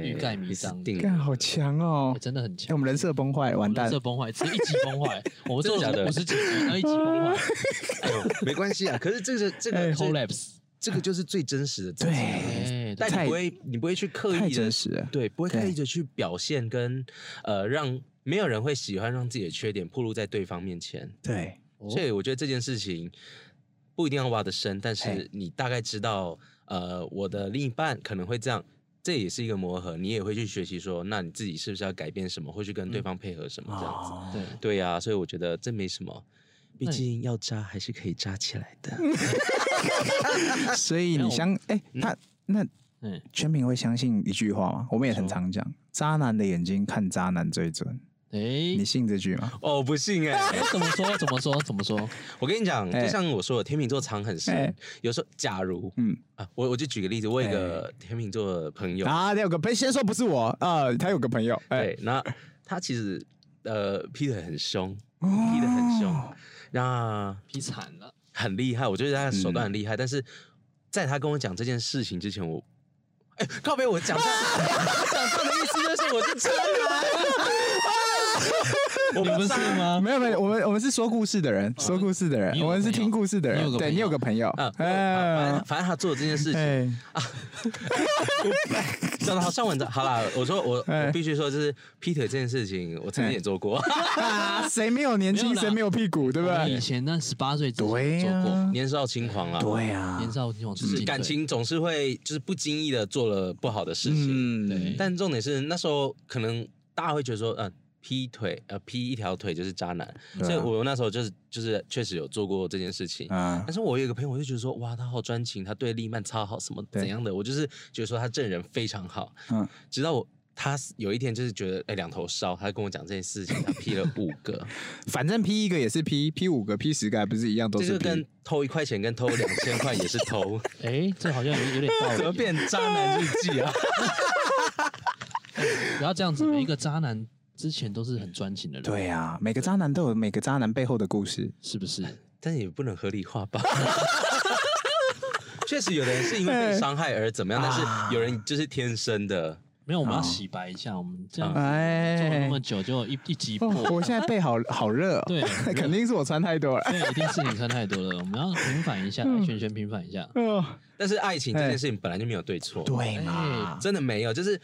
*laughs* 欲盖弥彰你死定干了。好强哦哎！真的很哎，我强。们人设崩坏，完蛋这！崩坏，这一集崩 *laughs* 坏，我们做真的假了的五十几集，呃然后一集崩 *laughs* 坏哦没关系啊，可是这个这个、哎这个，collapse，这个就是最真实的自己。对，哎，但太你不会你不会去刻太意的真实了。对，不会刻对意的去表现跟呃让没有人会喜欢让自己的缺点暴露在对方面前，对，哦所以我觉得这件事情不一定要挖的深，但是嘿你大概知道呃我的另一半可能会这样。这也是一个磨合，你也会去学习说，那你自己是不是要改变什么，会去嗯跟对方配合什么这样子？哦，对，对呀、所以我觉得这没什么，毕那你竟要扎还是可以扎起来的。所以没有你相哎，他那嗯，全品会相信一句话吗？我们也很常讲，渣男的眼睛看渣男最准。哎你，信这句吗？ *laughs* 哦，不信哎、 *laughs* 哎怎么说？怎么说？怎么说？ *laughs* 我跟你讲，就哎像我说的，天秤座藏很深。哎有时候，假如，嗯啊，我我就举个例子，我有一个天秤座的朋友，啊，有个朋先说不是我，呃，他有个朋友，哎，对，那他其实呃劈腿很凶，劈得很凶，那劈惨了，很厉害，我觉得他的手段很厉害，但是在他跟我讲这件事情之前，我。哎，靠背，我讲错，我讲错的意思就是我是渣男，你不是吗？没有没有，我们我们是说故事的人，说故事的你人，有个我们是听故事的朋友人。对你你有有个个朋 *laughs* 友啊，，反哎正反正他做的这件事情，哎，讲的好像文章。好啦，我说我哎我必须说，就是劈腿这件事情，我曾经也做过。啊谁没有年没轻，有啦谁没有屁股， *laughs* 对不我以对？前那十八岁之前对做呀过， *laughs* 年少轻狂啊，对呀年少轻狂，就是感情总是会就是不经意的做了不好的事情。嗯，对但重点是那时候可能大家会觉得说，呃，劈腿呃劈一条腿就是渣男，对啊所以我那时候就是就是确实有做过这件事情。啊但，是我有一个朋友，我就觉得说，哇，他好专情，他对丽曼超好，什么对怎样的，我就是觉得说他这人非常好。嗯，直到我他有一天就是觉得，哎、两头烧，他跟我讲这件事情，他劈了五个。 *laughs* 反正 P 一个也是 P，P 五个 P 十个还不是一样都这是就跟 P？偷一块钱跟偷两千块也是偷，哎，这好像有有点道理。 *laughs* 怎么变渣男日记啊？不要这样子，每一个渣男之前都是很专情的人，，嗯对呀，每个渣男都有每个渣男背后的故事。是不是？ *laughs* 但也不能合理化吧。 *laughs* 确实，有的人是因为被伤害而怎么样，但是有人就是天生的。没有，我们要好洗白一下，我们这样子做了那啊哎么，久，就一一集破哦，我现在背好好热哦， *laughs* 对肯定是我穿 *laughs* 太多了。 *laughs* 对，一定是你穿太多了，我们要平反一下，嗯来轩轩平反一下。哦，但是爱情这件事情本来就没有哎对错，对嘛嘛，真的没有。就是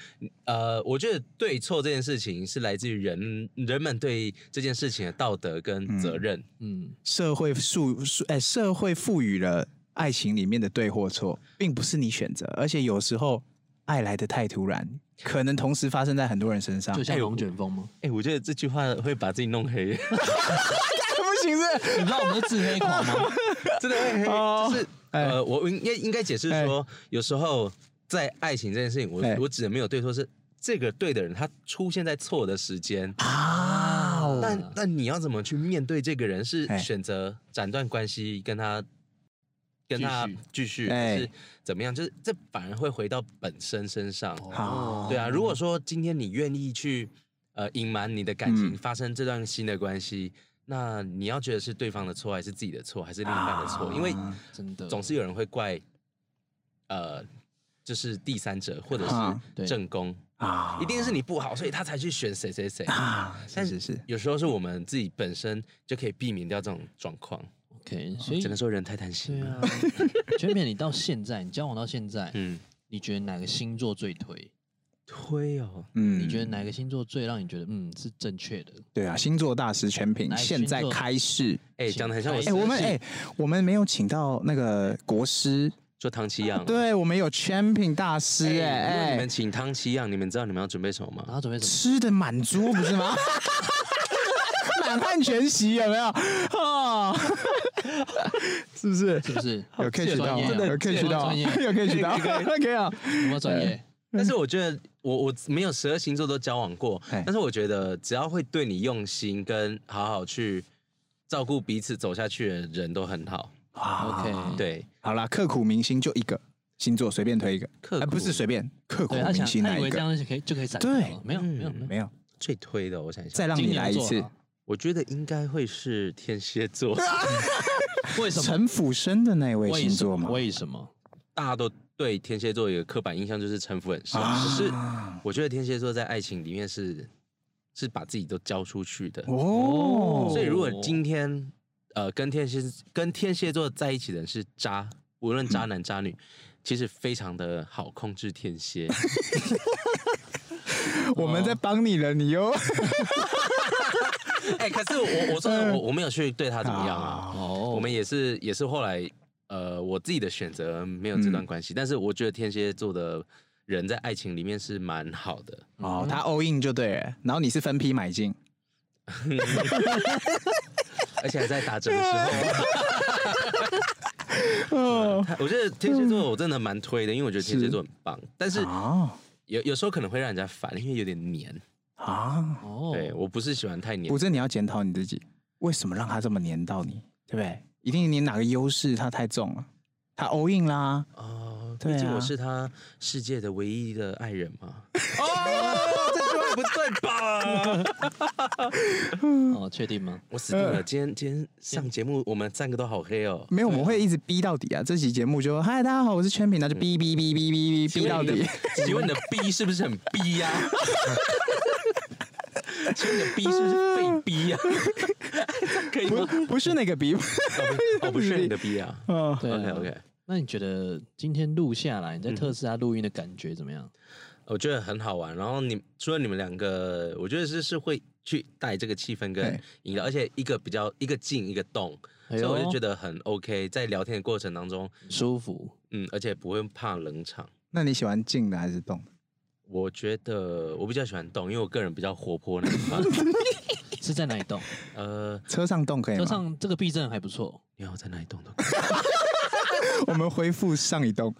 呃，我觉得对错这件事情是来自于人人们对这件事情的道德跟责任。嗯，社会赋赋哎，社会赋予了爱情里面的对或错，并不是你选择，而且有时候爱来的太突然，可能同时发生在很多人身上。就像哎龙卷风吗？ *laughs* 哎、我觉得这句话会把自己弄黑， *laughs* *laughs* 不行是，你知道我们是自黑狂吗？真的会黑。 *laughs* 哦就是哎呃，我应该应该解释说，有时候在爱情这件事情，我哎我指的没有对错是。这个对的人，他出现在错的时间，啊但但你要怎么去面对这个人？是哎选择斩断关系，跟他跟他继续继续，还哎是怎么样？就是这反而会回到本身身上。哦 *laughs* 好对啊，如果说今天你愿意去呃隐瞒你的感情，嗯发生这段新的关系，那你要觉得是对方的错，还是自己的错，还是另一半的错？因为啊真的，总是有人会怪呃，就是第三者或者啊是对正宫，啊一定是你不好，所以他才去选谁谁谁。啊，但是是是，有时候是我们自己本身就可以避免掉这种状况， OK，所以只能说人太贪对心了。啊， *laughs* 全面你到现在，你交往到现在，嗯，你觉得哪个星座最推？推哦，嗯，你觉得哪个星座最让你觉得嗯是正确的？对啊？星座大师全品哪个现在哎星座开始。哎，请讲的很像我开哎、始实我们习哎、我们没有请到那个国师，做唐奇嗯样，哎对我们有全品大师、哎，哎、如果哎、你们请唐奇样，你们知道你们要准备什么吗然？后准备什么？吃的满桌不是吗？ *laughs* 满汉全席有没有？啊， *laughs* 是不是？是不是 *laughs* 有 catch 到专吗，业啊有 catch 到吗，专业 *laughs* 有 *laughs* catch 到，可以啊。有没有专 *laughs* 业？嗯但是我觉得我我没有十二星座都交往过，哎但是我觉得只要会对你用心跟好好去照顾彼此走下去的人都很好。嗯 OK 对，啊好啦，刻骨铭心就一个星座，随便推一个，刻哎骨不是随便，刻骨对他铭想，心他哪以为一这个？样就可以就可以闪对掉了，没有没有嗯没没有，最推的，我想一下，再让有，你来一金牛次座，我觉得应该会是天蝎座，啊好为 *laughs* 什么？陈腐生的那一位为星什座么？嘛。为什么？ *laughs* 大家都对天蝎座有个刻板印象就是城府很深，啊可是我觉得天蝎座在爱情里面是是把自己都交出去的，哦，所以如果今天呃跟天蝎跟天蝎座在一起的人是渣，无论渣男渣女，其实非常的好控制天蝎。我们在帮你了，你又哎、可是我我说真的我我没有去对他怎么样 *laughs* 啊，哦，我们也是也是后来呃我自己的选择没有这段关系，但是我觉得天蝎座的人在爱情里面是蛮好的。哦，他 all in 就对了，然后你是分批买进，而且还在打折的时 *laughs* 候。他我觉得天蝎座我真的蛮推的，因为我觉得天蝎座很棒，但是啊有有时候可能会让人家烦，因为有点黏。啊， *laughs* 哦，对我不是喜欢太黏不，是你要检讨你自己，为什么让他这么黏到你，对不对？一定你哪个优势他太重了，他 all in 啦，哦，对啊毕竟我是他世界的唯一的爱人嘛。 *laughs* 哦，这句话不对吧？哦，确定吗？ *laughs* 我死定了！今天今天上节目，我们三个都好黑哦。没有，我们会一直逼到底啊！这期节目就嗨，大家好，我是圈品，那就逼逼逼逼逼逼逼到底。请问你的 *laughs* B 是不是很逼呀、请问你的 B 是不是 *laughs* 废逼啊呀、可以不吗？不是那个逼， *laughs* 哦，不是你的 B 啊。嗯，对啊 OK OK，那你觉得今天录下来，你在特斯拉录音的感觉怎么样？我觉得很好玩。然后你除了你们两个，我觉得是是会去带这个气氛跟对引导，而且一个比较一个静一个动，哎呦所以我就觉得很 OK。在聊天的过程当中，舒服，嗯，而且不会怕冷场。 *laughs* 那你喜欢静的还是动的？我觉得我比较喜欢动，因为我个人比较活泼那一块。是在哪里动？呃，车上动可以车吗？上这个避震还不错，你要在哪里动的？我们恢复上一动。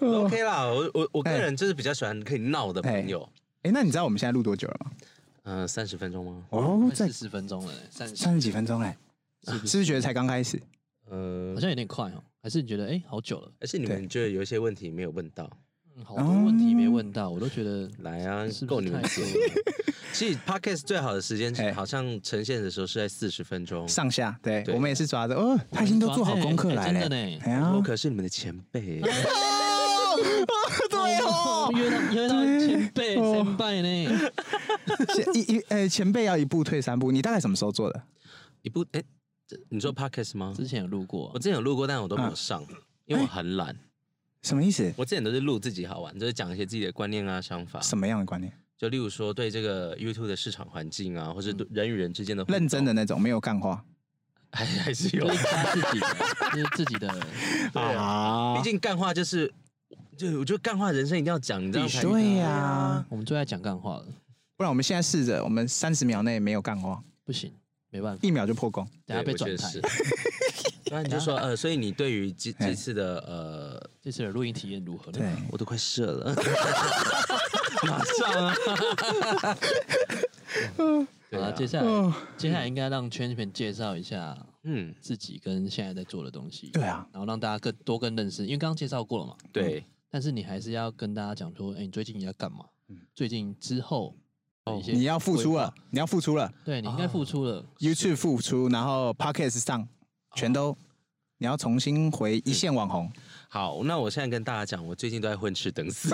OK 啦，我我我个哎人就是比较喜欢可以闹的哎朋友。哎，那你知道我们现在录多久了吗？嗯，三十分钟吗？哦，在四十分钟了，三十，三十几分钟嘞，是不是觉得才刚开始？呃好，像有点快哦。还是你觉得哎，好久了，而且你对们觉得有一些问题没有问到，嗯好多哦问题没问到，我都觉得来啊是，够不你是太们久剪。了？ *laughs* 其实 podcast 最好的时间哎好像呈现的时候是在四十分钟，上下，对对我们也是抓着哦，他已经都做好功课来哎真了的，呢。哎呀我，可是你们的前 *laughs* *laughs* 辈，对哦，约到约到前辈哦前辈呢，前一一呃前辈要一步退三步，你大概什么时候做的？你不哎，这你说 podcast 吗？之前有录过我，之前有录过，但我都没嗯有上，因为我很懒。什么意思？我之前都是录自己好玩，就是讲一些自己的观念啊、想法，什么样的观念？就例如说对这个 YouTube 的市场环境啊，或嗯是对人与人之间的互动认真的，那种，没有干话 *laughs* 还还是有就。是他自己的，就是自己的，啊毕竟干话就是，就我觉得干话人生一定要讲，你知道才对啊呀、我们最爱讲干话了，不然我们现在试着，我们三十秒内没有干话，不行，没办法，一秒就破功。等下被转对台。。 *laughs* 那你就说呃，所以你对于这哎这次的呃，这次的录音体验如何呢？对，我都快射 *laughs* 了，马上啊！对好啊了，，接下来哦接下来应该让圈圈介绍一下嗯，自己跟现在在做的东西，对啊，然后让大家更多更认识，因为刚刚介绍过了嘛。对，但是你还是要跟大家讲说，哎、你最近你在干嘛？嗯最近之后哦的一些你要付出了，你要付出了对你应该付出了。 ，YouTube 付出，然后 Podcast 上，全哦都，你要重新回一线网红。好，那我现在跟大家讲，我最近都在混吃等 *laughs* 死。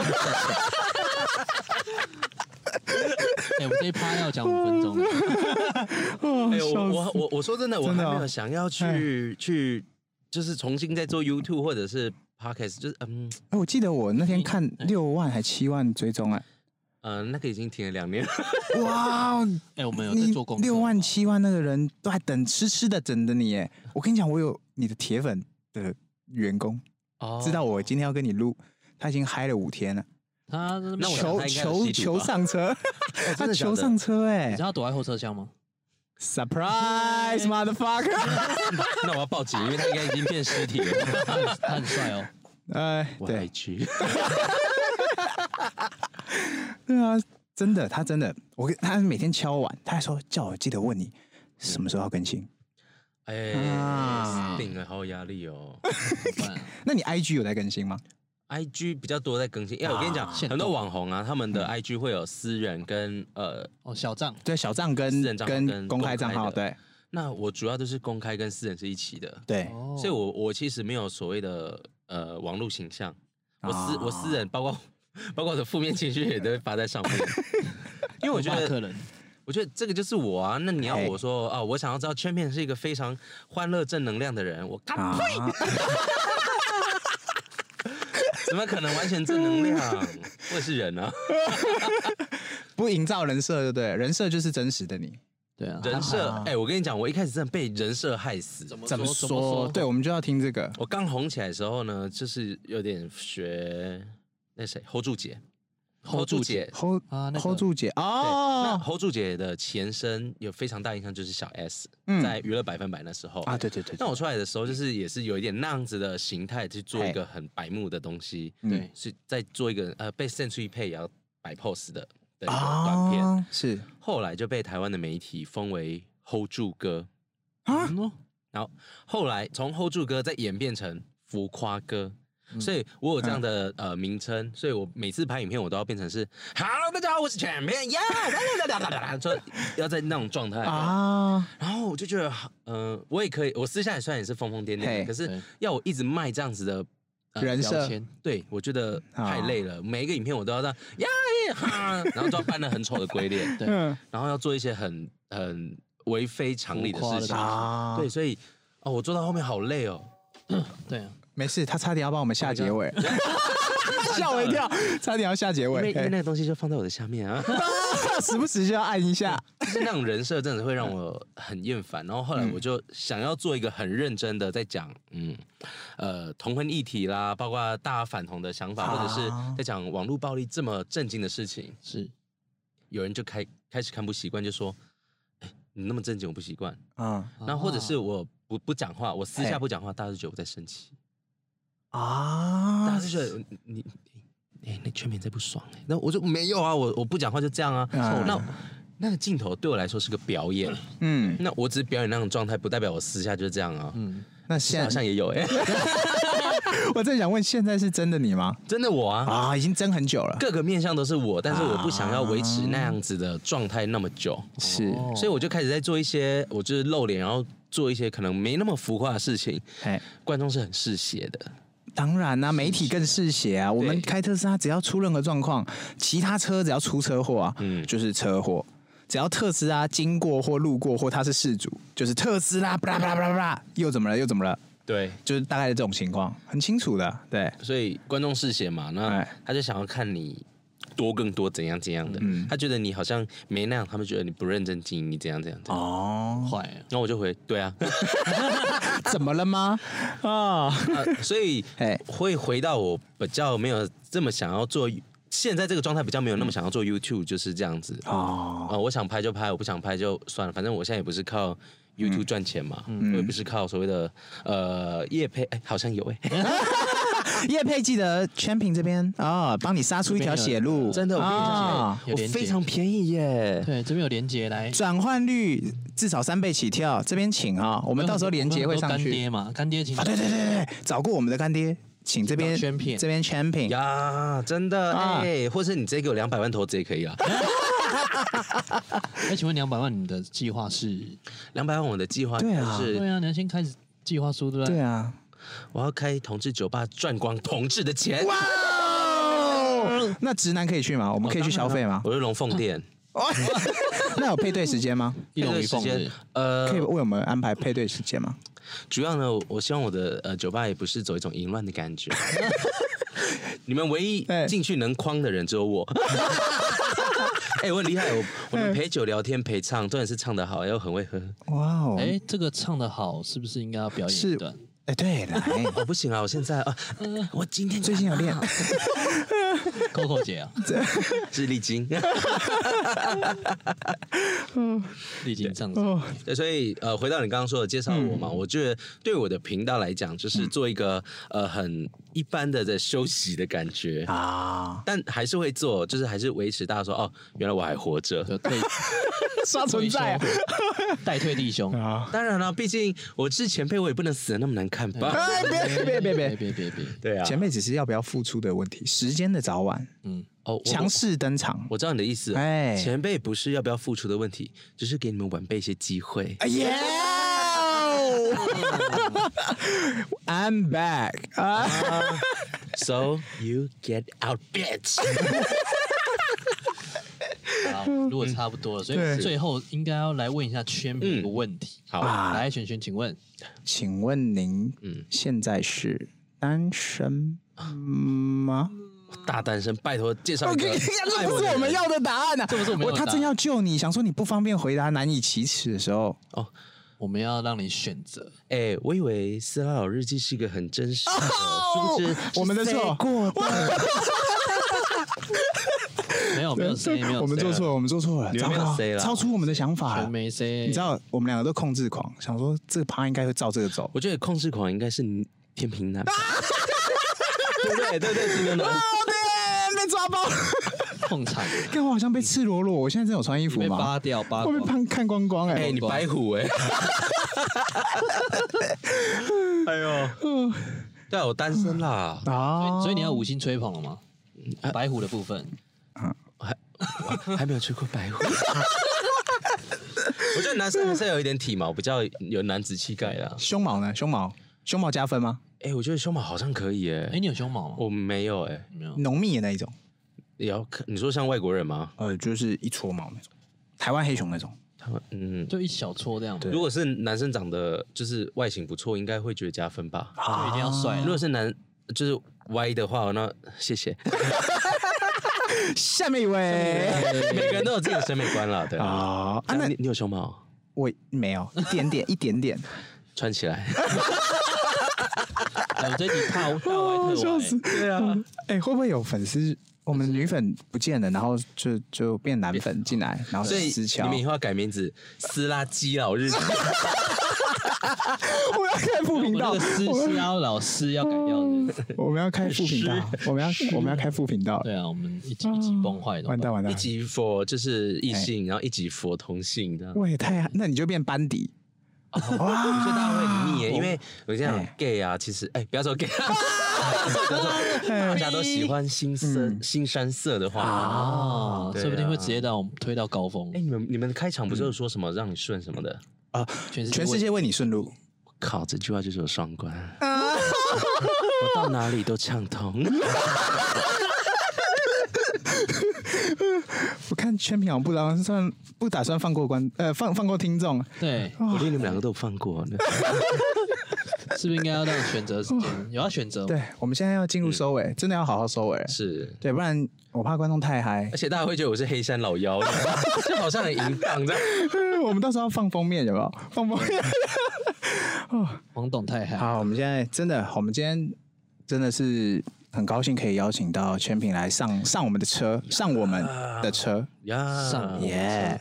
哎、我们这一趴要讲五分 *laughs* 钟了，哎呦，我我啊我我说真的，我还真的哦哎没有想要去去，就是重新再做 YouTube 或者是 podcast 就是嗯哎、我记得我那天看哎六万还七万追踪哎、呃，那个已经停了两年了，哇，哎、我们有在你做功课，六好万不好七万那个人都还等痴痴的等着你哎！我跟你讲，我有你的铁粉的员工哦知道我今天要跟你录，他已经嗨了五天了，他那我想求他应该有求吸毒吧哦求上 *laughs* 车，他真的假求的上车哎你知道他躲在后车厢 *laughs* 吗？ ！Surprise motherfucker！ *laughs* 那我要报警，因为他应该已经变尸体了。他很他很帅哦，哎，我爱对去，对啊，真的，他真的，我跟他每天敲碗，他还说叫我记得问你什么时候要更新。哎啊，顶了，好有压力哦。怎么办啊那你 IG 有在更新吗？ IG 比较多在更新，哎，我跟你讲，限很多动网红啊，他们的 IG 会有私人跟呃，哦，小账对，小账跟私人账号跟公开账号，公开对那我主要都是公开跟私人是一起的，对，哦，所以我我其实没有所谓的呃网络形象，我私我私人包括 *laughs* 包括我的负面情绪也都会发在上面，因为我觉巴克得人我觉得这个就是我啊，那你要哎我说啊，我想要知道 Champion 是一个非常欢乐正能量的人，我看啊，怎么可能完全正能量？我也是人啊，不营造人设就对了，人设就是真实的你。对啊，人设啊哎、我跟你讲，我一开始真的被人设害死，怎么怎么说？怎么说？对，我们就要听这个我刚红起来的时候呢，就是有点学那谁侯柱姐侯柱姐。 hold 啊那个 hold 住姐对那哦侯柱姐的前身有非常大印象，就是小 S，、嗯在娱乐百分百那时候啊，对对对，那对我出来的时候，就是也是有一点那样子的形态去做一个很白目的东西，嗯对是在做一个呃被 Century Pay 也要摆 pose 的的一个短片。啊是后来就被台湾的媒体封为 Hold 住哥，啊嗯哦然后后来从 Hold 住哥再演变成浮夸哥。所以我有这样的、呃名称，所以我每次拍影片我都要变成是 “Hello，大家好，我是全片呀”，哒哒哒哒哒哒，就要在那种状态。啊，然后我就觉得，呃，我也可以，我私下也虽然也是疯疯癫癫的，嘿可是对要我一直卖这样子的呃人标设签对我觉得太累了。每一个影片我都要这样呀耶哈，然后就要扮的很丑的鬼脸，对嗯然后要做一些很很为非常理的事浮夸的情东。啊，对，，所以哦，我做到后面好累哦。对啊，没事，他差点要帮我们下结尾， *laughs* 吓我一 *laughs* 跳，差点要下结因为尾，因为哎那个东西就放在我的下面 *laughs* 啊， *laughs* 时不时就要按一下，就是那种人设真的会让我很厌烦。然后后来嗯我就想要做一个很认真的，在讲嗯呃同婚议题啦，包括大家反同的想法，或者是啊在讲网络暴力这么震惊的事情，是有人就开开始看不习惯，就说：“哎，你那么正经，我不习惯。”嗯那或者是啊我不不讲话，我私嘿哎下不讲话，大家就觉得我在生气，大啊家就觉得你你哎、那全民在不爽哎、那我就没有啊，我我不讲话就这样啊。嗯那那个镜头对我来说是个表演，嗯，那我只是表演那种状态，不代表我私下就是这样啊。嗯，那现好像也有哎、 *laughs* 我正想问，现在是真的你吗？真的我啊，啊，已经争很久了，各个面向都是我，但是我不想要维持那样子的状态那么久。是哦所以我就开始在做一些，我就是露脸，然后做一些可能没那么浮夸的事情，哎，观众是很嗜血的。当然啦、媒体更嗜血啊。我们开特斯拉，只要出任何状况，其他车只要出车祸啊，嗯就是车祸。只要特斯拉经过或路过或他是事主，就是特斯拉，巴拉巴拉巴拉巴拉，又怎么了？又怎么了？对，就是大概的这种情况，很清楚的。对，所以观众嗜血嘛，那哎他就想要看你多更多怎样怎样的，嗯他觉得你好像没那样，他们觉得你不认真经营，你怎样怎样怎样。哦，坏啊，然后我就回，对 *laughs* 啊， *laughs* 怎么了吗？ *laughs* 啊，啊所以哎会回到我比较没有这么想要做，现在这个状态比较没有那么想要做 YouTube，就是这样子。哦，啊，我想拍就拍，我不想拍就算了，反正我现在也不是靠 YouTube 赚钱嘛，我也不是靠所谓的呃业配，哎、好像有哎、叶佩记得 Champion 这边啊，帮你杀出一条血路，真的，我跟你讲啊，有我连结非常便宜耶，对，这边有连接来，转换率至少三倍起跳，这边请啊，我我们到时候连接会上干去。爹嘛，干爹请啊，对对对对，找过我们的干爹，请这边找 champion 这边 champion 呀，真的哎、啊或是你直接给我两百万投资也可以 *laughs* 啊，哎，请问两百万你的计划是？两百万我的计划对啊就是对啊，你要先开始计划书对不对对？啊，我要开同志酒吧赚光同志的钱，哇哦，那直男可以去吗？我们可以去消费吗？我是龙凤店，哦 *laughs* 那有配对时间吗？一龙一时凤是不间是，呃可，以为我们安排配对时间吗？主要呢，我我希望我的呃酒吧也不是走一种淫乱的感 *laughs* 觉。你们唯一对进去能框的人只有 *laughs* 我。哎、我很厉害，我我们陪酒聊天陪唱，重点是唱得好，又哎很会喝。哇哦，哎，这个唱的好，是不是应该要表演是一段？哎，对的，来哦，不行啊，我现在啊，我今天最近有练， Coco 姐啊，是历经。历经这样子，哦，对，所以呃，回到你刚刚说的介绍嗯我嘛，我觉得对我的频道来讲，就是做一个、呃很一般的在休息的感觉。 *laughs* *laughs* 啊，但还是会做，就是还是维持大家说哦，原来我还活着。就 *laughs* 退，刷代退弟兄。啊！当然了，毕竟我是前辈，我也不能死的那么难看吧？ *laughs* 哎，别别别别别，别别别，对啊，前辈只是要不要付出的问题，时间的早晚，嗯，哦，我强势登场。我知道你的意思。哎前辈不是要不要付出的问题，只是给你们晚辈一些机会。哎耶 *laughs* ！I'm back 啊！ So you get out, *laughs* bitch！好，如果差不多了，所以对最后应该要来问一下圈饼嗯一个问题。好啊来，璇璇，请问请问您嗯现在是单身吗？大单身，拜托介绍一 OK，个这 *laughs* 爱不的是人我们要的答案啊！这不是我们要的他答正案要救你，想说你不方便回答，难以启齿的时候，哦。我们要让你选择，哎、我以为《斯拉老日记》是一个很真实的，哦是不是？我们的是错谁过的，没有没有 C，没有 C，我们做错了，我们做错了，你们糟没有糕 say 啦超出我们的想法全了。没 C。你知道，我们两个都控制狂，想说这趴应该会照这个走。我觉得控制狂应该是你天平 *laughs* 男吧，对不对？对不对，金牛男。对，被抓 *laughs* 包！碰惨了，看我好像被赤裸裸，我现在真的有穿衣服被吗？扒掉扒我被光。看看光光哎、哎、你白虎哎、哎呦， *laughs* 对啊，我单身啦，啊！所以你要五星吹捧了吗？嗯白虎的部分，我还没有吹过白虎。 *laughs* 我觉得男生还是要有一点体毛，比较有男子气概啦。胸毛呢？胸毛，胸毛加分吗？哎、我觉得胸毛好像可以哎、哎，你有胸毛吗？我没有哎、没有，浓密的那一种，也要看你说像外国人吗？呃，就是一撮毛那种，台湾黑熊那种。他们嗯，就一小撮这样嘛。对如果是男生长得就是外形不错，应该会觉得加分吧。就一定要哦帅啊如果是男就是歪的话，那谢 *laughs* 谢。下面一位每个人都有自己的审美观啦，对啊。啊，啊，那那你你有胸毛？我没有一点点，一点点，穿起来。哎我这集怕大歪特哦欸笑歪死，！啊对啊，哎，会不会有粉丝？我们女粉不见了，然后就就变男粉进来，然后所以私你敲。们以后要改名字，斯拉基老日记。 *laughs* 我要开副频道我那个，师 *laughs* 我师们嗯要老师要改掉的。我们要开副频道，我们要我们要开副频道了，对啊，我们一集一集嗯崩坏的。完蛋完一蛋，集 for 就是异哎性，然后一集 for 同性，这样。我也太，那你就变班底，哦 *laughs* 所以大家会很腻耶，因为我这样哎 gay 啊，其实哎，不要说 gay，不要说大家都喜欢新色、哎嗯新山色的话。啊，对啊说不定会直接让我们推到高峰哎，。你们你们开场不是有说什么让你顺什么的？全世全世界为你顺路。靠，这句话就是有双 *laughs* 关。嗯我到哪里都畅 *laughs* 通。我看圈平好像不打算不打算放过观呃放放过听众，对，我连你们两个都有放过。 *laughs* 是不是应该要让选择时嗯间？有要选择吗？对我们现在要进入收尾，真的要好好收尾，是，对，不然我怕观众太嗨而，且大家会觉得我是黑山老妖， *laughs* 就好像很淫荡这样。 *laughs* 我们到时候要放封面有没有？放封面。黄董太嗨， *laughs* 好，我们现在真的，我们今天真的是很高兴可以邀请到全品来上上我们的车，上我们的车，呀，啊上瘾耶、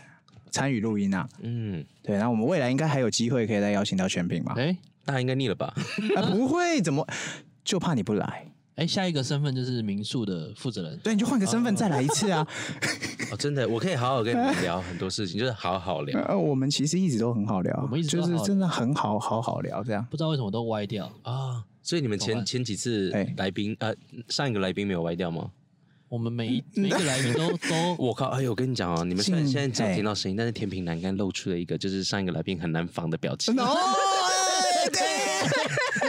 参与录音啊。嗯，对，然后我们未来应该还有机会可以再邀请到全品嘛？哎大家应该腻了吧？啊，不会，怎么就怕你不来？哎，下一个身份就是民宿的负责人。对，你就换个身份再来一次啊。哦，真的，我可以好好跟你们聊很多事情，就是好好聊。呃，我们其实一直都很好聊，我们一直都就好是聊真的很好，好好聊这样。不知道为什么都歪掉。啊，所以你们前前几次嗯哎来宾，呃，上一个来宾没有歪掉吗？我们每一每一个来宾都 *laughs* 都我靠！哎呦，我跟你讲哦，你们虽然进现在只有哎听到声音，但是天平栏杆露出了一个就是上一个来宾很难防的表情。 *laughs* 哦，哎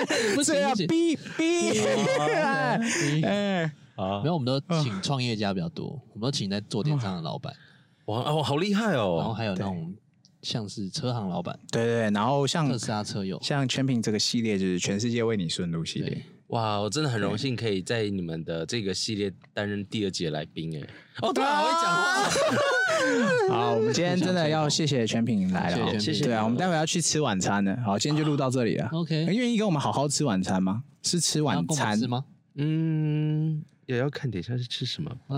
对，不这行样不行，逼逼， *laughs* 哎不行哎，啊没有，我们都请创业家比较多，我们都请在坐垫上的老板。哇哦，好厉害然后哦！还有那对种像是车行老板、对对对，然后像特斯拉车友，像 Champion 这个系列就是全世界为你顺路系列对，哇，我真的很荣幸可以在你们的这个系列担任第二季的来宾哎。哦，对啊，好会 *laughs* 讲话。好，我们今天真的要谢谢全品来谢了，谢好全品对啊，我们待会要去吃晚餐了。好，今天就录到这里了。 *laughs* OK 很愿意跟我们好好吃晚餐吗？是吃晚要跟我们餐吃吗嗯，也要看等一下是吃什么。哎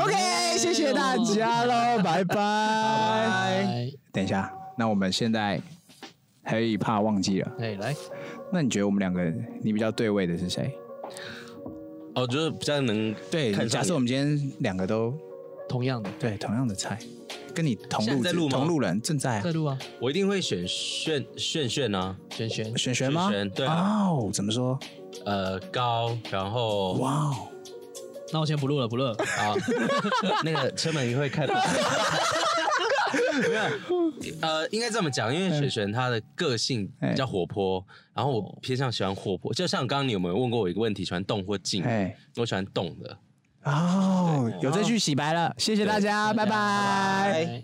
？OK，谢谢大家喽，拜拜。哎，等一下，那我们现在还有一怕忘记了，哎，来，那你觉得我们两个你比较对位的是谁？哦，就是比较能对，看上假设眼我们今天两个都同样的，对同样的菜，跟你同现在路在录吗同路人正在啊在录啊，我一定会选炫炫炫啊，轩轩，璇璇吗璇璇？对啊哦，怎么说？呃，高，然后哇哦！那我先不录了，不录了，啊， *laughs* 那个车门会看到。没有，呃，应该这么讲，因为璇璇她的个性比较活泼，然后我偏向喜欢活泼。就像刚刚你有没有问过我一个问题，喜欢动或静？哎我喜欢动的。哦，有这句洗白了，谢谢大家，拜拜。哎